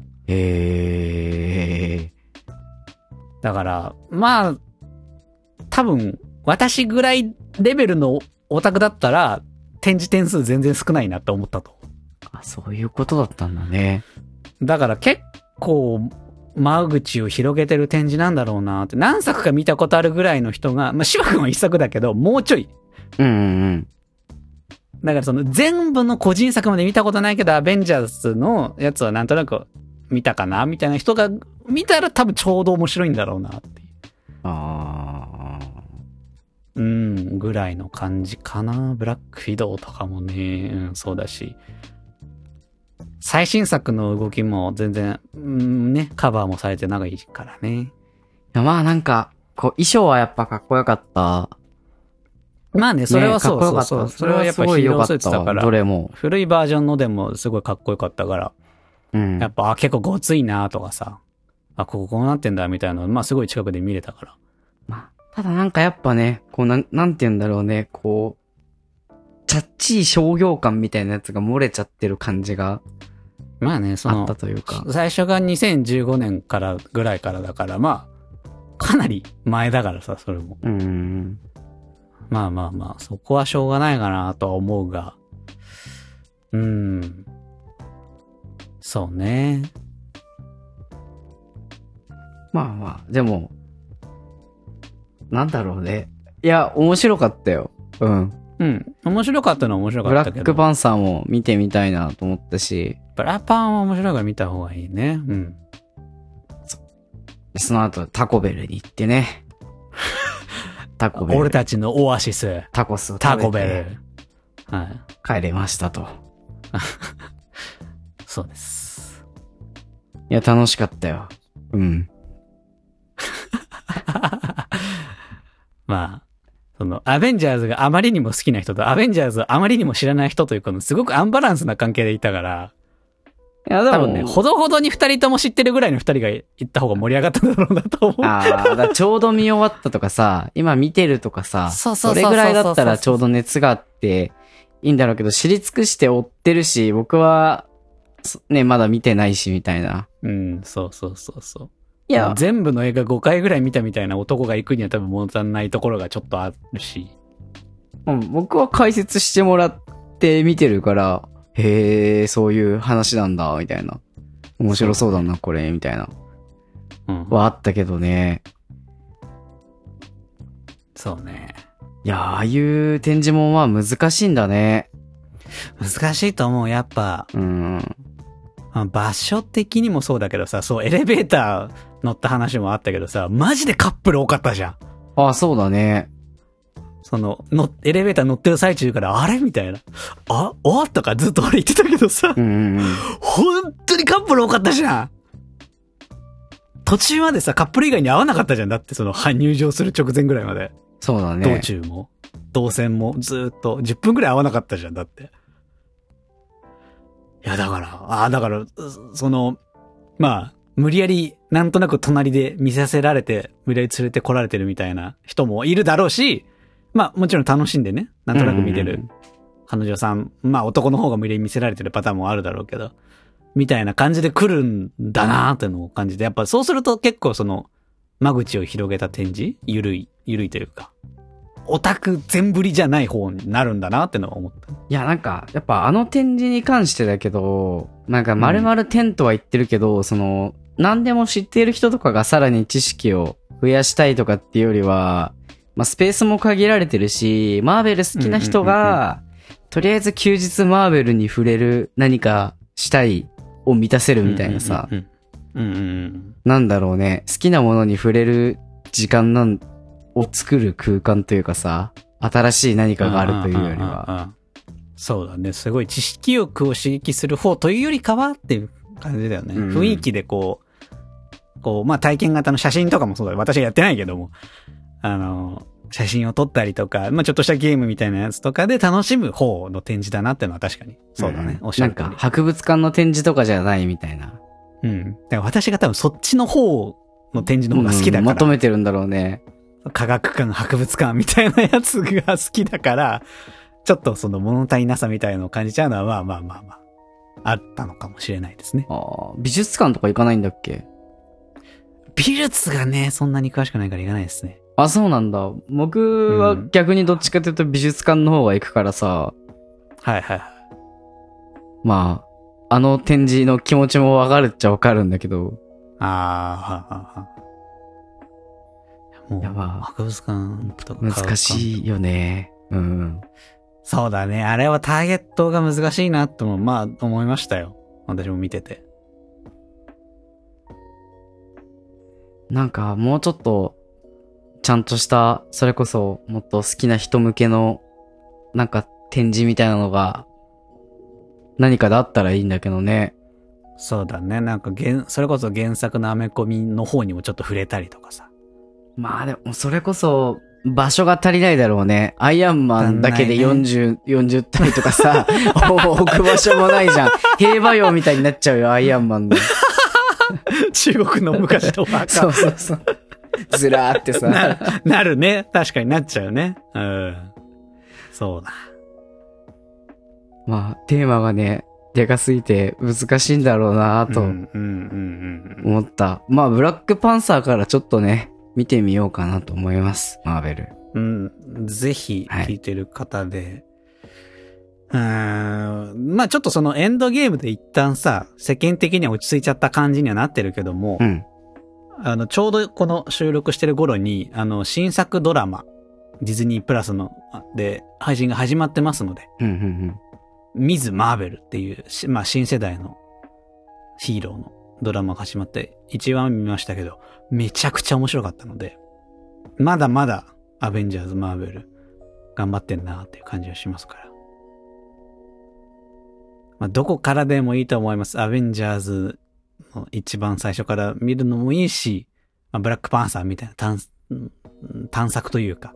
B: ええ
A: だから、まあ、多分、私ぐらいレベルのオタクだったら、展示点数全然少ないなって思ったと。
B: あ、そういうことだったんだね。
A: だから結構、間口を広げてる展示なんだろうなって。何作か見たことあるぐらいの人が、まあ、シワ君は一作だけど、もうちょい。
B: うんうんうん。
A: だからその全部の個人作まで見たことないけど、アベンジャーズのやつはなんとなく見たかなみたいな人が見たら多分ちょうど面白いんだろうなっていう。
B: あ
A: うん、ぐらいの感じかな。ブラックフィドーとかもね、うん、そうだし。最新作の動きも全然、うん、ね、カバーもされてないからね。
B: あ。まあなんか、こう、衣装はやっぱかっこよかった。
A: まあね、それは
B: ねか
A: そ
B: っ
A: う
B: こよ
A: そ
B: か
A: う
B: った。
A: そう。それはやっぱヒーロースーツだか
B: ど
A: ら。
B: れも。
A: 古いバージョンのでもすごいかっこよかったから、
B: うん。
A: やっぱ、あ、結構ごついなとかさ、あ、こここうなってんだみたいなの、まあすごい近くで見れたから。
B: まあ、ただなんかやっぱね、こうなん、なんて言うんだろうね、こう、チャッチい商業感みたいなやつが漏れちゃってる感じが
A: まあね、そ
B: あ
A: の
B: った、というか。
A: 最初が2015年からぐらいからだから、まあ、かなり前だからさ、それも。
B: うん。
A: まあまあまあ、そこはしょうがないかなとは思うが。うーん。そうね。
B: まあまあ、でも、なんだろうね。いや、面白かったよ。うん。
A: うん。面白かったのは面白
B: ブ
A: かっ
B: ラ
A: たけ
B: ッ
A: ど。
B: クパンサーも見てみたいなと思ったし、
A: ブラパンは面白いから見た方がいいね。うん。
B: その後タコベルに行っ
A: <laughs>
B: てね。タコベ
A: 俺
B: ル。
A: たちのオアシス、
B: タコスを
A: タコ
B: 食べ
A: ベ
B: て
A: ル。はい。
B: 帰れましたと。
A: そうです。
B: いや、楽しかったよ。うん。
A: まあ、その、アベンジャーズがあまりにも好きな人と、アベンジャーズをあまりにも知らない人という、このすごくアンバランスな関係でいたから、
B: いや、で
A: 多
B: も
A: 分ね、ほどほどに二人とも知ってるぐらいの二人が行った方が盛り上がったんだろうなと思う。
B: ああ、だ <laughs> からちょうど見終わったとかさ、今見てるとかさ、
A: そうそうそうそう
B: れぐらいだったらちょうど熱があっていいんだろうけど、知り尽くして追ってるし、僕は、そね、まだ見てないし、みたいな。
A: うん、そうそうそうそう。
B: いや、
A: 全部の映画5回ぐらい見たみたいな男が行くには多分物足んないところがちょっとあるし。
B: うん僕は解説してもらって見てるから、へえ、そういう話なんだ、みたいな。面白そうだな、これ、みたいな。
A: うん。
B: はあったけどね。
A: そうね。
B: いやー、ああいう展示もまあ難しいんだね。
A: 難しいと思う。やっぱ、
B: うん。
A: まあ場所的にもそうだけどさ、そう、エレベーター乗った話もあったけどさ、マジでカップル多かったじゃん。
B: ああ、そうだね。
A: その、の、エレベーター乗ってる最中から、あれみたいな。あ、おとかずっと俺言ってたけどさ
B: う、んうんうん。
A: 本当にカップル多かったじゃん途中までさ、カップル以外に会わなかったじゃん。だってその、は入場する直前ぐらいまで。
B: そうだね。
A: 道中も、動線もずーっと、10分ぐらい合わなかったじゃん、だって。いや、だから、ああ、だから、うその、まあ、無理やり、なんとなく隣で見させられて、無理やり連れてこられてるみたいな人もいるだろうし、まあ、もちろん楽しんでね、なんとなく見て
B: うんうんう
A: る彼女さん、まあ男の方が無理やり見せられてるパターンもあるだろうけど、みたいな感じで来るんだなーっていうのを感じて、やっぱそうすると結構その、間口を広げた展示ゆるい、ゆるいというか、オタク全振りじゃない方になるんだなってのは思った。
B: いや、なんか、やっぱあの展示に関してだけど、なんか丸々点とは言ってるけど、その、何でも知っている人とかがさらに知識を増やしたいとかっていうよりは、まあ、スペースも限られてるし、マーベル好きな人が、とりあえず休日マーベルに触れる何かしたいを満たせるみたいなさ、
A: うんうんうん。うんうんうん
B: なんだろうね、好きなものに触れる時間なん、を作る空間というかさ、新しい何かがあるというよりは。
A: んうんうんうん。そうだね。すごい知識欲を刺激する方というよりかはっていう感じだよね。
B: うん
A: 雰囲気でこう、こう、まあ体験型の写真とかもそうだ私はやってないけども、あの、写真を撮ったりとか、まあちょっとしたゲームみたいなやつとかで楽しむ方の展示だなっていうのは確かに。そうだね。
B: ん
A: おっしゃる通
B: な
A: り
B: んか、。博物館の展示とかじじゃないみたいな。
A: うん。だから私が多分そっちの方の展示の方が好きだ
B: うん
A: か
B: まと
A: ら、
B: めてるんだろうね。
A: 科学館、博物館みたいなやつが好きだから、ちょっとその物足りなさみたいのを感じちゃうのは、まあまあまあまあ、あったのかもしれないですね。
B: あー美術館とか行かないんだっけ
A: 美術がね、そんなに詳しくないから行かないですね。
B: あ、そうなんだ。僕は
A: うん
B: 逆にどっちかというと美術館の方が行くからさ、
A: はいはいはい。
B: まあ、あの展示の気持ちもわかるっちゃわかるんだけど、
A: ああ、はあはあはあ。もう、
B: やば
A: 博物館とか
B: 難し
A: い。
B: いよね。うん。
A: そうだね。あれはターゲットが難しいなとも、まあ、思いましたよ。私も見てて。
B: なんかもうちょっと、ちゃんとした、それこそもっと好きな人向けの、なんか展示みたいなのが、何かであったらいいんだけどね。
A: そうだね。なんか原、それこそ原作のアメコミの方にもちょっと触れたりとかさ。
B: まあでも、それこそ、場所が足りないだろうね。アイアンマンだけで
A: 足ん
B: 40、40体とかさ、 <laughs> 置く場所もないじゃん。平和用みたいになっちゃうよ、アイアンマンの。
A: 中国の昔のバ
B: そ
A: カ
B: うそうそう。ずらーって
A: な
B: さ。
A: る。なるね。確かになっちゃうね。うん。そうだ。
B: <laughs> まあ、テーマがね、でかすぎて難しいんだろうな
A: う
B: と
A: んうんうんうんうん。
B: 思った。まあ、ブラックパンサーからちょっとね、見てみようかなと思います、マーベル。
A: うん、ぜひ
B: はい
A: 聞いてる方で、うーん、まあちょっとそのエンドゲームで一旦さ、世間的には落ち着いちゃった感じにはなってるけども、
B: うん。
A: あの、ちょうどこの収録してる頃に、あの、新作ドラマ、ディズニープラスの、あで、配信が始まってますので、
B: うん、うん、
A: ミズ・マーベルっていう、しまあ新世代のヒーローのドラマが始まって、1話目見ましたけど、めちゃくちゃ面白かったので、まだまだアベンジャーズ・マーベル頑張ってんなっていう感じがしますから。まあ、どこからでもいいと思います。アベンジャーズの一番最初から見るのもいいし、まあ、ブラックパンサーみたいな探うん探索というか、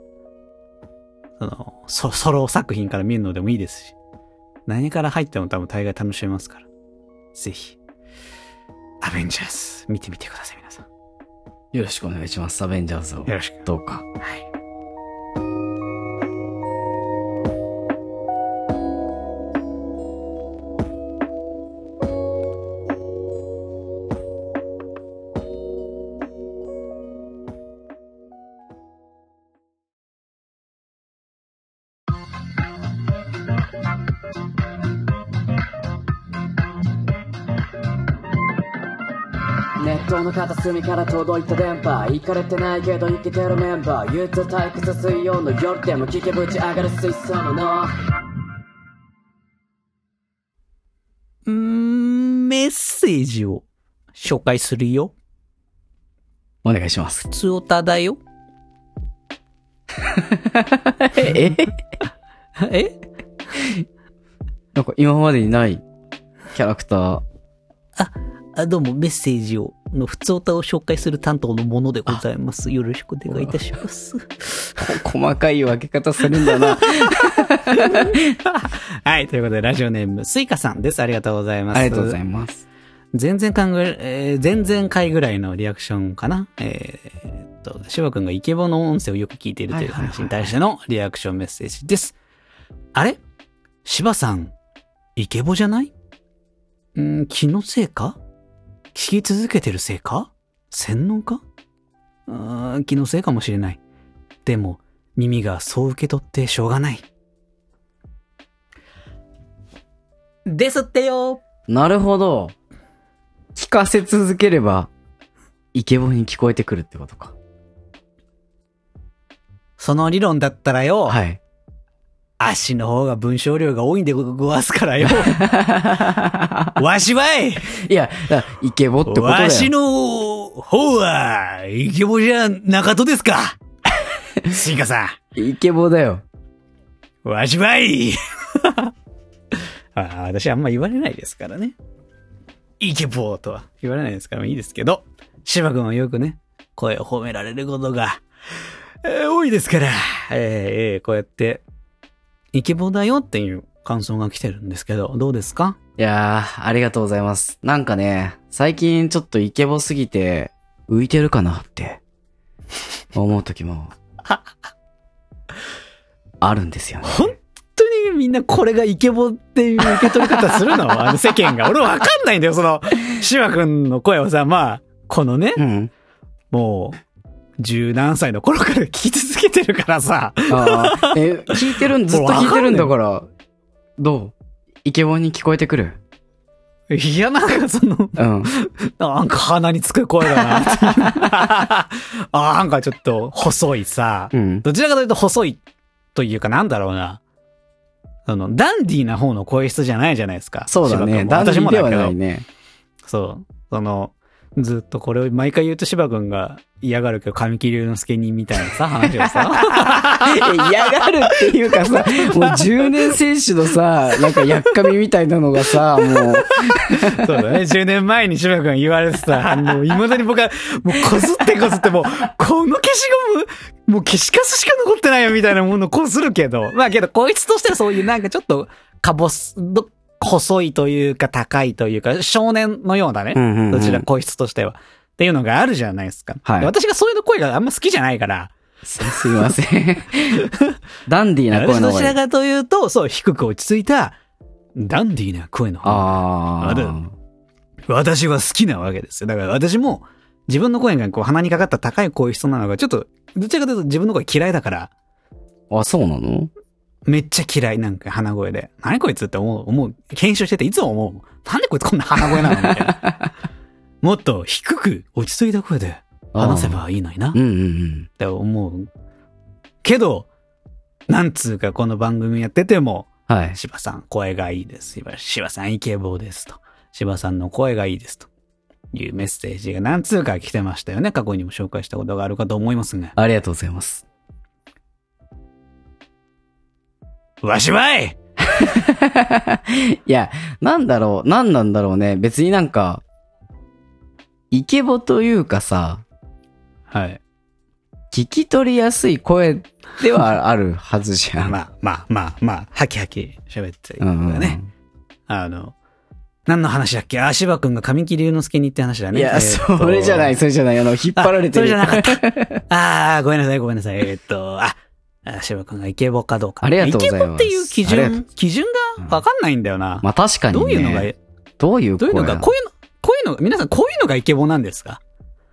A: そのソソロ作品から見るのでもいいですし、何から入っても多分大概楽しめますから。ぜひ、アベンジャーズ見てみてください、皆さん。
B: うん。よろしくお願いします、アベンジャーズを。
A: よろしく。
B: どうか。
A: はい。
C: ネットの片隅から届いた電波行かれてないけど生きてるメンバー憂鬱退屈水曜の夜でも聞けぶち上がる水槽の
A: うーん、メッセージを紹介するよ。
B: お願いします
A: 普。通おただよ。
B: え
A: え
B: なんか今までにないキャラクター。
A: あどうも、メッセージを、の普通おたを紹介する担当のものでございます。よろしくお願いいたします。
B: こ細かい分け方するん
C: <laughs>
B: だな。
A: <laughs> はい、ということで、ラジオネーム、スイカさんです。ありがとうございます。
B: ありがとうございます。
A: 前々回ぐらい、えー前々回ぐらいのリアクションかなえーっと、しばくんがイケボの音声をよく聞いているという話に対してのリアクションメッセージです。あれしばさん、イケボじゃないんー気のせいか聞き続けてるせいか洗脳かうーん気のせいかもしれない。でも、耳がそう受け取ってしょうがない。ですってよ
B: なるほど。聞かせ続ければ、イケボに聞こえてくるってことか。
A: その理論だったらよ、
B: はい。
A: 足の方が文章量が多いんでごごわすから
B: <laughs>
A: よ。わしはい
B: いや、だイケボってことだ
A: わし
B: よ。
A: の方は、イケボじゃ中戸です
B: <laughs>
A: かシンカさ
B: イケボだよ。
A: ん、わしはい <laughs> あ私あんま言われないですからね。イケボーとは言われないですからいいですけど、芝君はよくね、声を褒められることが、えー多いですから、えーえーこうやって、イケボだよっていう感想が来てるんですけど、どうですか
B: いやー、ありがとうございます。なんかね、最近ちょっとイケボすぎて、浮いてるかなって、思う
A: <laughs>
B: 時も、あるんですよね。
A: 本当にみんなこれがイケボっていう受け取り方するのあの世間が。俺わかんないんだよ、その、シマくんの声をさ、まあ、このね、
B: うん。
A: もう、十何歳の頃から聞き続けてるからさ、
B: ああ、え、聞いてるん、ずっと聞いてるんだから、どうイケボに聞こえてくる
A: いや、なんかその、
B: うん。
A: なんか鼻につく声だなっていう。 <laughs> あーなんかちょっと細いさ、
B: うん。
A: どちらかというと細いというかなんだろうな。あの、ダンディーな方の声質じゃないじゃないですか。
B: そうだね。
A: 芝
B: 男
A: 君も私
B: 子
A: も
B: で
A: だ
B: は
A: け
B: ない
A: ど。
B: ね。
A: そう。その、ずっとこれを毎回言うと芝君が嫌がるけど、神木隆之介にみたいなさ、話を
B: <laughs>
A: さ。
B: え嫌がる
A: <laughs>
B: っていうかさ、もう10年選手のさ、なんかやっかみみたいなのがさ、もう、
A: そうだね。10年前に芝君が言われてた反応、未だに僕は、もうこすってこすって、もう、この消しゴム、もう消しカスしか残ってないよみたいなものをこするけど。まあけど、こいつとしてはそういうなんかちょっと、かぼす、ど、細いというか高いというか、少年のようなね。
B: うんうんうん
A: どちら、声質としては。っていうのがあるじゃないですか。
B: はい
A: で私がそういうの声があんま好きじゃないから。
B: すすいません。ダンディーな声
A: 私
B: の
A: どち
B: 方
A: ら
B: がいい。
A: かというと、そう、低く落ち着いた、ダンディーな声の方が
B: あ
A: ある
B: あ。
A: 私は好きなわけですよ。だから私も、自分の声がこう鼻にかかった高い声質なのが、ちょっと、どちらかというと自分の声嫌いだから、
B: あ、そうなの
A: めっちゃ嫌い、なんか鼻声で。何こいつって思う、思う、検証してていつも思うもん。なんでこいつこんな鼻声なのみたいな。もっと低く落ち着いた声で話せばいいのにな
B: う。んうん
A: って思う。けど、なんつうかこの番組やってても、
B: うん。はい。
A: 芝さん声がいいです。芝芝さんイケボーですと。芝さんの声がいいですと。いうメッセージが何通か来てましたよね。過去にも紹介したことがあるかと思いますが。
B: ありがとうございます。 <laughs>
A: わしはい
B: いや、なんだろう、なんなんだろうね。別になんか、イケボというかさ、
A: はい。
B: 聞き取りやすい声ではあるはずじゃん。
A: まあまあまあまあ、はきはき喋っていくか
B: うんうんう
A: ら
B: ん
A: ね。。あの、何の話だっけあ、芝君が神木隆之介にって話だね。
B: い
A: え
B: や、
A: ーっと
B: それじゃない、それじゃない。あの、引っ張られて
A: あそれじ
B: る
A: ゃ。なかった。あー、ごめんなさい、ごめんなさい。えーっと、あ、あ芝君がイケボかどうか。
B: ありがとうございます
A: イケボっていう基
B: ありがとう
A: 準、基準がわかんないんだよな。
B: まあ確かにね。
A: どういうのが、
B: どういう
A: どう
B: 声
A: いうのが、こういうの、こういうのが、皆さんこういうのがイケボなんですか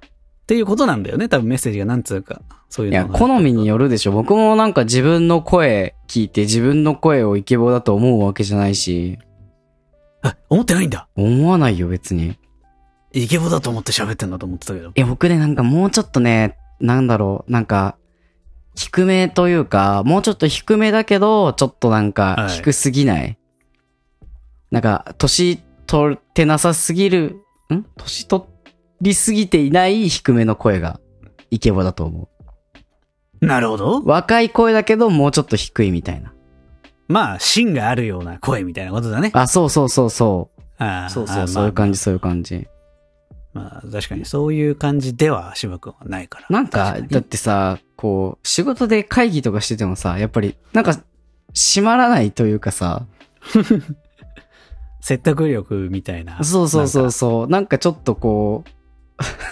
A: っていうことなんだよね。多分メッセージがなんつうか。そういう
B: い
A: のが
B: や、好みによるでしょ。僕もなんか自分の声聞いて、自分の声をイケボだと思うわけじゃないし、
A: あ、思ってないんだ。
B: 思わないよ別に。
A: イケボだと思って喋ってんだと思ってたけど。
B: いや、僕ね、なんかもうちょっとね、なんだろう、なんか、低めというか、もうちょっと低めだけど、ちょっとなん
A: は
B: か、
A: い
B: 低すぎない。なんか、年取ってなさすぎる、ん年取りすぎていない低めの声が、イケボだと思
A: なるほど
B: う。。若い声だけど、もうちょっと低いみたいな。
A: まあ、芯があるような声みたいなことだね。
B: あ、そうそうそうそう。
A: あー
B: そう
A: あ
B: そ
A: ー
B: う、そういう感
A: ま
B: じ、そういう感じ。
A: あまあ、確かにそういう感じでは、渋くんはないから。
B: なんか、
A: 確に
B: だってさ、こう、仕事で会議とかしててもさ、やっぱり、なんか、閉まらないというかさ、
A: 説得力みたいな。
B: そうそうそうそう。なんかちょっとこ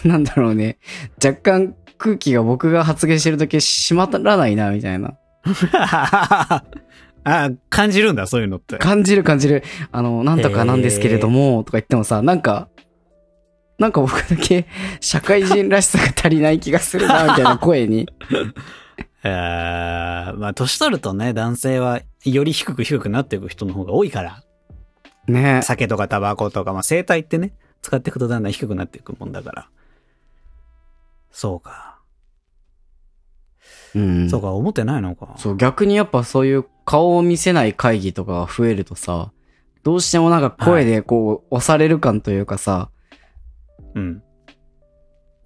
B: う、 <laughs> なんだろうね。若干空気が僕が発言してるとき締まらないな、みたいな。
A: <laughs> あー感じるんだ、そういうのって。
B: 感じる感じる。あの、なんとかなんですけれども、とか言ってもさ、なんか、なんか僕だけ社会人らしさが足りない気がするな、みたいな声に。
A: あーまあ、年取るとね、男性はより低く低くなっていく人の方が多いから、 <laughs>
B: ね
A: 酒とかタバコとか、まあ、生体ってね、使っていくとだんだん低くなっていくもんだから。そうか。
B: うん。
A: そうか、思ってないのか。
B: そう、逆にやっぱそういう顔を見せない会議とかが増えるとさ、どうしてもなんか声でこう、押される感というかさ、
A: うん。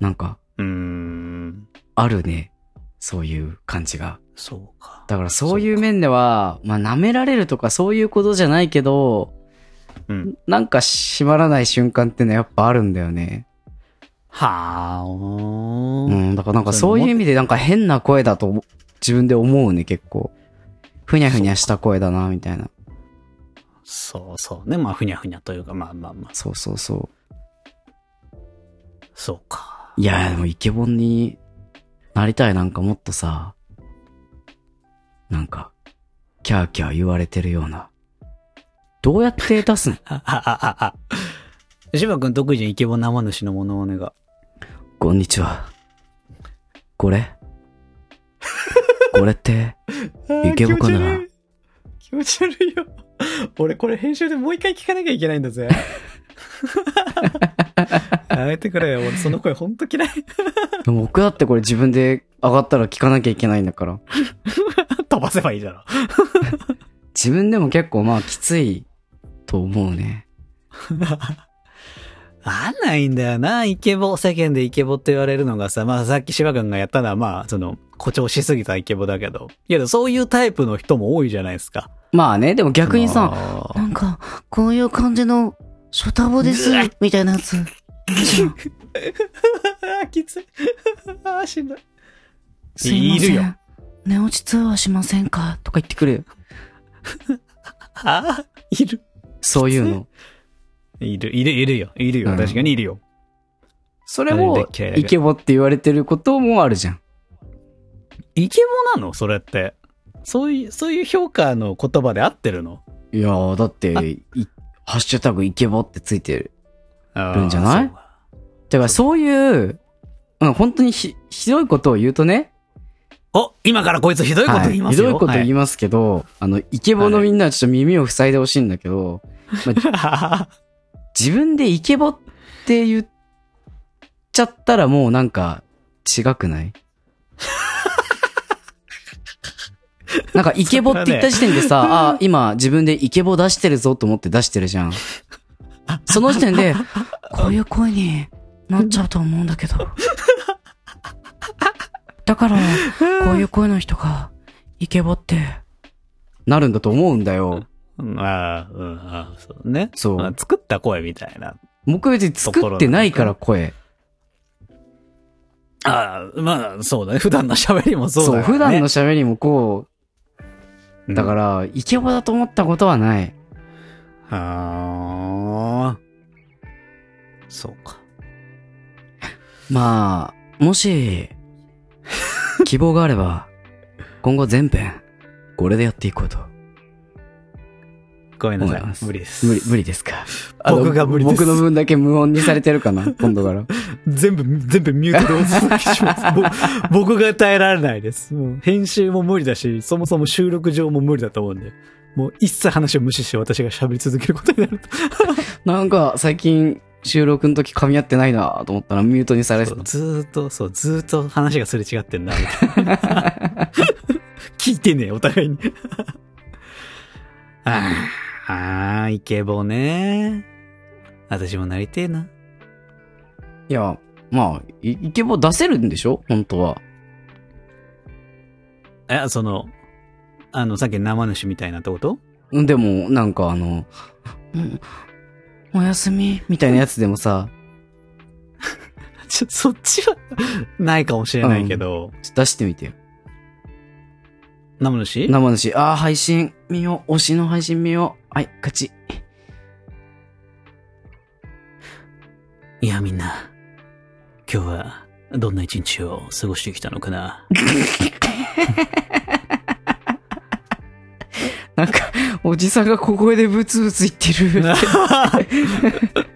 B: なんか、
A: うーん。
B: あるね。そういう感じが。
A: そうか。
B: だからそういう面では、まあ舐められるとかそういうことじゃないけど、
A: うん。
B: なんか閉まらない瞬間ってのはやっぱあるんだよね。
A: はあ、お
B: う
A: ー
B: ん、だからなんかそういう意味でなんか変な声だと自分で思うね、結構。ふにゃふにゃした声だな、みたいな。
A: そうそうね。まあ、ふにゃふにゃというか、まあまあまあ、
B: そうそうそ
A: そうか。
B: いや、でもイケボンになりたいなんかもっとさ、なんか、キャーキャー言われてるような。どうやって出すの
A: あ、あ、あ、 <laughs> あ。芝君得意じゃん、イケボ生主のモノマネが。
B: <laughs> こんにちは。これこれって、イケボかな
A: 気持ち悪いよ。 <laughs> 俺これ編集でもう一回聞かなきゃいけないんだ
B: <laughs>
A: ぜ。やめてくれよ。俺その声ほんと嫌い。
B: でも僕だってこれ自分で上がったら聞かなきゃいけないんだから。
A: 飛ばせばいいだろ。
B: 自分でも結構まあきついと思うね。
A: あんないんだよな、イケボ。世間でイケボって言われるのがさ、まあさっき芝君がやったのはまあ、その、誇張しすぎたイケボだけど。いや、そういうタイプの人も多いじゃないです
B: <laughs>
A: か。
B: まあね、でも逆にさ、
A: あ
D: なんか、こういう感じの、ショタボです
A: うわ、
D: みたいなやつ。
A: ー、きつい。 <laughs> あー、しんどい。
D: すいま
A: い
D: せ
A: るよ
D: ん。寝落ち通話しませんか
B: とか言ってくるよ。
A: あー、いる。
B: そういうの。
A: いる、いる、いるよ。いるよ。
B: うん
A: 確かにいるよ。
B: それ
A: あれ
B: も
A: だけあれだ、け
B: イケボって言われてることもあるじゃん。
A: イケボなのそれって。そういう、そういう評価の言葉で合ってるの
B: いやー、だって、いハッシュタグイケボってついてる。
A: あ
B: いるんじゃない
A: そうか
B: だからそういう、うん、本当にひ、ひどいことを言うとね、
A: お、今からこいつひどいこと言いますよ。
B: はひどいこと言い
A: ま
B: ますけど、あの、イケボのみんなはちょっと耳を塞いでほしいんだけど、
A: す。は
B: 自分でイケボって言っちゃったらもうなんか、違くない <laughs> なんか、イケボって言った時点でさ、あ、今、自分でイケボ出してるぞと思って出してるじゃん。その時点で、
D: こういう声になっちゃうと思うんだけど。だから、こういう声の人が、イケボって、
B: なるんだと思うんだよ。
A: ああ、 <laughs> うん、あーそうね。
B: そう
A: まあ作った声みたいな。
B: 僕別に作ってないから声。
A: ああ、まあ、そうだね。普段の喋りもそうだ
B: そう、
A: よね。
B: 普段の喋りもこ
A: う。
B: う、だからら、イケボだと思ったことはない。
A: ああ。そうか。
B: まあ、も <laughs> し、希望があれば、今後全編、これでやっていこうと
A: ごめんな
B: 思
A: さ
B: います。
A: い。無理です。
B: 無理、無理ですか。
A: 僕が無理です
B: 僕の分だけ無音にされてるか <laughs> な、今度から。
A: 全部、全部ミュートでお届けし <laughs> ます。ぼ僕が耐えられないです。もう編集も無理だし、そもそも収録上も無理だと思うんで。もう一切話を無視して私が喋り続けることになると。
B: なんか、最近、収録の時噛み合ってないなと思ったら、ミュートにされてた。
A: ずーっと、 <laughs> そう、ずーっと話がすれ違ってんな、みたいな。 <laughs> 聞いてねえ、お互いに。 <laughs> ああ、ああ、イケボね。私もなりてえな。
B: いや、まあ、いイケボ出せるんでしょ本当は。
A: え、その、あの、さっきの生主みたいなってこと
B: でも、なんかあの、
D: うんおやすみ、
B: みたいなやつでもさ、
A: ちょ、そっちは、ないかもしれないけど。
B: ちょっと出してみてよ。
A: 生主
B: 生主、ああ、配信見よう。推しの配信見よう。はい、勝ち。
A: いやみんな、今日はどんな一日を過ごしてきたのか <laughs> な
B: <laughs> なんか、おじさんが小声でブツブツ言ってる。
A: <laughs>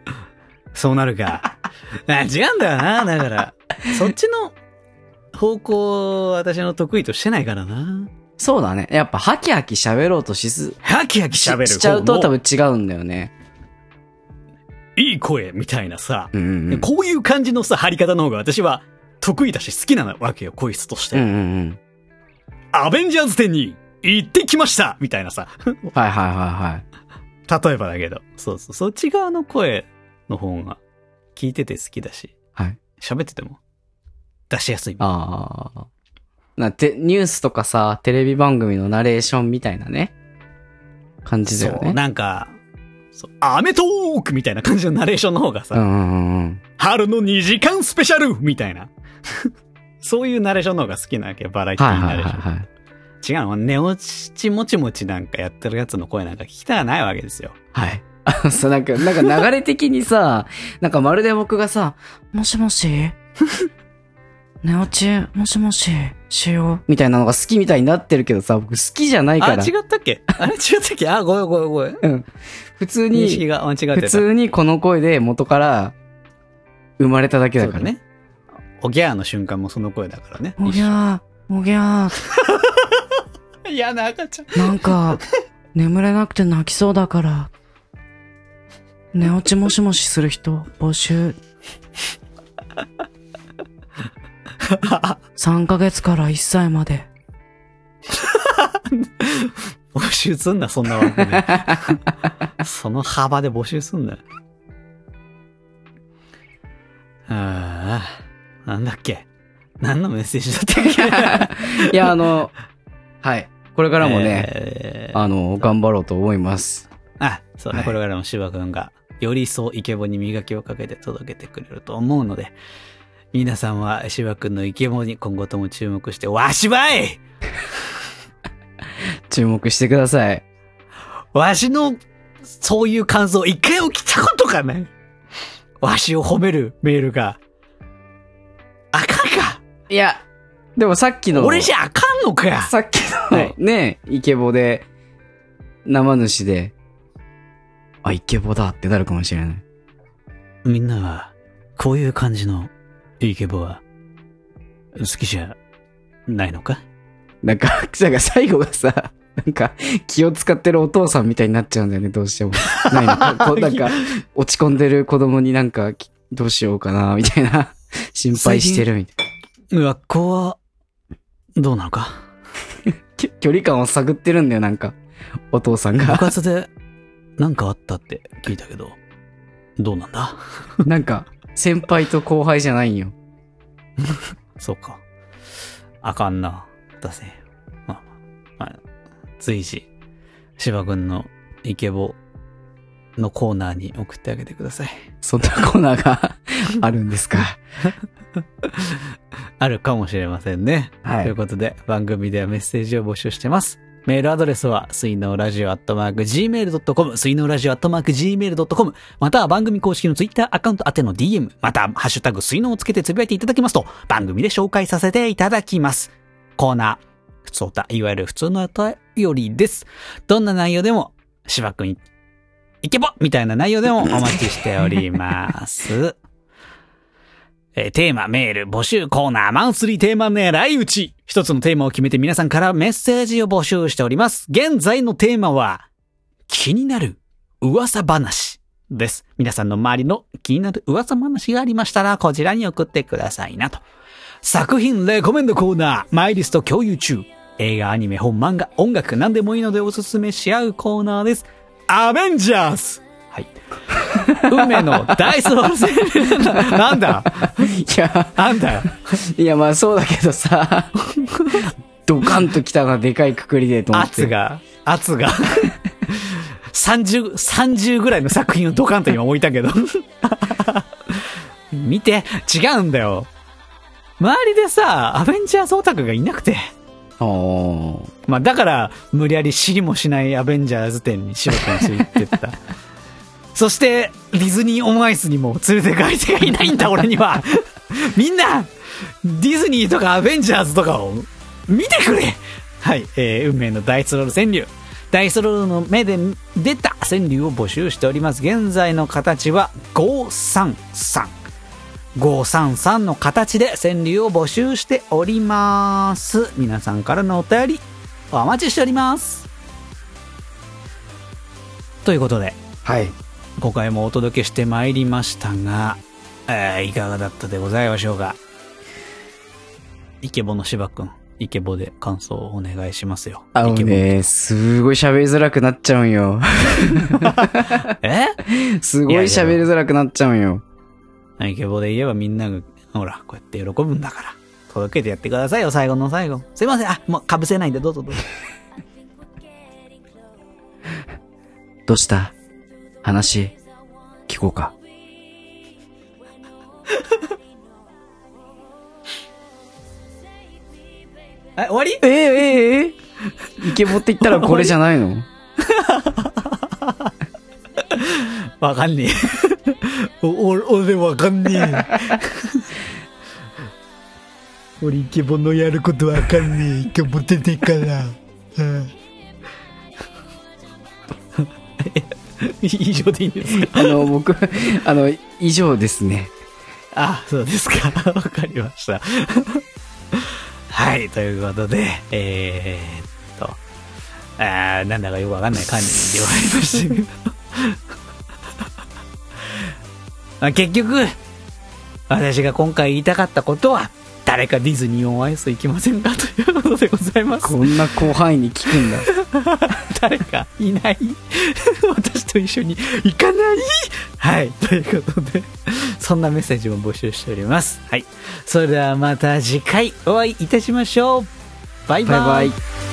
A: そうなるか。あ違うんだよな、だから。そっちの方向を私の得意としてないからな。
B: そうだね。やっぱ、ハキハキ喋ろうとしす、
A: ハキハキ
B: し
A: 喋る
B: しちゃうと
A: 方
B: 多
A: の
B: 分違うんだよね。
A: いい声みたいなさ、
B: うんうんうん。
A: こういう感じのさ、張り方の方が私は得意だし好きなわけよ、声質として。
B: うんうん
A: アベンジャーズ展に行ってきましたみたいなさ。
B: うん。はいはいはいはい。
A: 例えばだけど。そうそう。そっち側の声の方が聞いてて好きだし、
B: はい。
A: 喋ってても出しやすい。
B: ああ。なて、ニュースとかさ、テレビ番組のナレーションみたいなね。感じだよ
A: そう、
B: ね。
A: なんか、そうアメトーークみたいな感じのナレーションの方がさ、
B: うんうんうんうん。
A: 春の2時間スペシャルみたいな。 <laughs> そういうナレーションの方が好きなわけよバラエティ
B: はい
A: ー
B: は
A: ナ
B: い
A: レ
B: は
A: ー
B: い
A: ション。
B: はい。
A: 違うの、寝落ちもちもちなんかやってるやつの声なんか聞きたくないわけですよ。
B: はい。 <laughs> あのさ、なんか、なんか流れ的にさ、なんかまるで僕がさ、 <laughs>
D: もしもし寝落ち、もしもし、しよ
B: みたいなのが好きみたいになってるけどさ、僕好きじゃない
A: あ、
B: から
A: 違。ったっけあれ違ったっけあ、ごめんごめんごめん。
B: 普通
A: 認識
B: に、
A: が間違ってた。
B: 普通にこの声で元から生まれただけだ
A: そう
B: か
A: だ
B: ら。
A: ね。おぎゃーの瞬間もその声だからね。
D: う。おぎゃー、おぎゃー、
A: 嫌な赤ちゃん。
D: なんか、眠れなくて泣きそうだから。寝落ちもしもしする人、募集。3ヶ月から1歳
A: <laughs>
D: まで。
A: 募集すんな、そんな枠で。 <laughs> その幅で募集すんな。ああ、なんだっけ。何のメッセージだったっけ
B: いや、あの、はい。これからもね、
A: えー
B: あの、頑張ろうと思います。
A: あ、そうね、
B: はい
A: これからも芝くんが、よりそうイケボに磨きをかけて届けてくれると思うので、皆さんは芝くんのイケボに今後とも注目して、わしばい
B: 注目してください。
A: わしの、そういう感想、一回起きたことかないわしを褒めるメールが、あかんか
B: いや、でもさっきの、
A: 俺じゃあかんのか
B: さっきの、
A: はい
B: ね、イケボで、生主で、あ、イケボだってなるかもしれない。
A: みんなは、こういう感じのイケボは、好きじゃ、ないのか
B: なんか、なんか最後がさ、なんか、気を使ってるお父さんみたいになっちゃうんだよね、どうしても。ないのかこうなんか、落ち込んでる子供になんか、きどうしようかな、みたいな、心配してるみたいな。
A: 学校は、どうなのか <laughs>
B: き距離感を探ってるんだよ、なんか、お父さん
A: 部 <laughs>
B: が。
A: 活で、なんかあったって聞いたけど、どうなんだ
B: なんか、先輩と後輩じゃないんよ。
A: そうか。あかんな。だぜ。まあまあ、まあ、随時、芝くんのイケボのコーナーに送ってあげてください。
B: そんなコーナーがあるんですか。
A: あるかもしれませんね。
B: はい
A: ということで、番組ではメッセージを募集してます。メールアドレスは、水のラジオアットマーク Gmail.com、水のラジオアットマーク Gmail.com、または番組公式のツイッターアカウント宛ての DM、またはハッシュタグ水のをつけてつぶやいていただきますと、番組で紹介させていただきます。コーナー、普通歌、いわゆる普通の歌よりです。どんな内容でも、芝くん、いけばみたいな内容でもお待ちしております。えーテーマ、メール、募集コーナー、マンスリーテーマ狙い撃ち。一つのテーマを決めて皆さんからメッセージを募集しております。現在のテーマは、気になる噂話です。皆さんの周りの気になる噂話がありましたら、こちらに送ってくださいなと。作品レコメンドコーナー、マイリスト共有中。映画、アニメ、本、漫画、音楽、何でもいいのでおすすめし合うコーナーです。アベンジャーズはい。運命のダイスロールセール。なんだ
B: いや、
A: なんだよ。
B: いや、まあそうだけどさ、ドカンと来たな、でかいくくりでと思って。
A: 圧が、圧が。30、30ぐらいの作品をドカンと今置いたけど。見て、違うんだよ。周りでさ、アベンジャーズオタクがいなくて。
B: おー
A: まあだから、無理やり知りもしないアベンジャーズ店に白くんついてった。 <laughs> そして、ディズニーオンアイスにも連れて帰り手がいないんだ、俺には。 <laughs> みんな、ディズニーとかアベンジャーズとかを見てくれはい、えー運命のダイスロール川柳。ダイスロールの目で出た川柳を募集しております。現在の形は533。533の形で川柳を募集しております。皆さんからのお便り、お待ちしております。ということで、
B: はい。
A: 今回もお届けしてまいりましたが、えーいかがだったでございましょうか。イケボの芝くん、イケボで感想をお願いしますよ。
B: あの
A: イケボ。え
B: ね、すごい喋りづらくなっちゃうん <laughs> よ。すごい喋りづらくなっちゃうんよ。
A: イケボで言えばみんなが、ほら、こうやって喜ぶんだから。届けてやってくださいよ、最後の最後。すいません、あ、もう被せないんで、どうぞどうぞ。
B: どうした話、聞こうか。
A: え、終わり
B: ええええイケボって言ったらこれじゃないの <laughs>
A: <laughs> わかんねえ。お、お、俺わかんねえ。
E: <laughs> 俺イケボのやることわかんねえって思っててい
A: <laughs>
E: から、うん、
A: 以上でいいんですか
B: あの、僕、あの、以上ですね。
A: あ、そうですか。わかりました。はい、ということで、えー、っと、あーなんだかよくわかんない感じで終わりましたけど <laughs> まあ。結局、私が今回言いたかったことは、誰かディズニーオンアイス行きませんかということでございます。
B: こんな広範囲に聞くんだ。
A: <laughs> 誰かいない私と一緒に行かないはい。ということで、そんなメッセージも募集しております。はい。それではまた次回お会いいたしましょう。バイバイ。
B: バイバイ。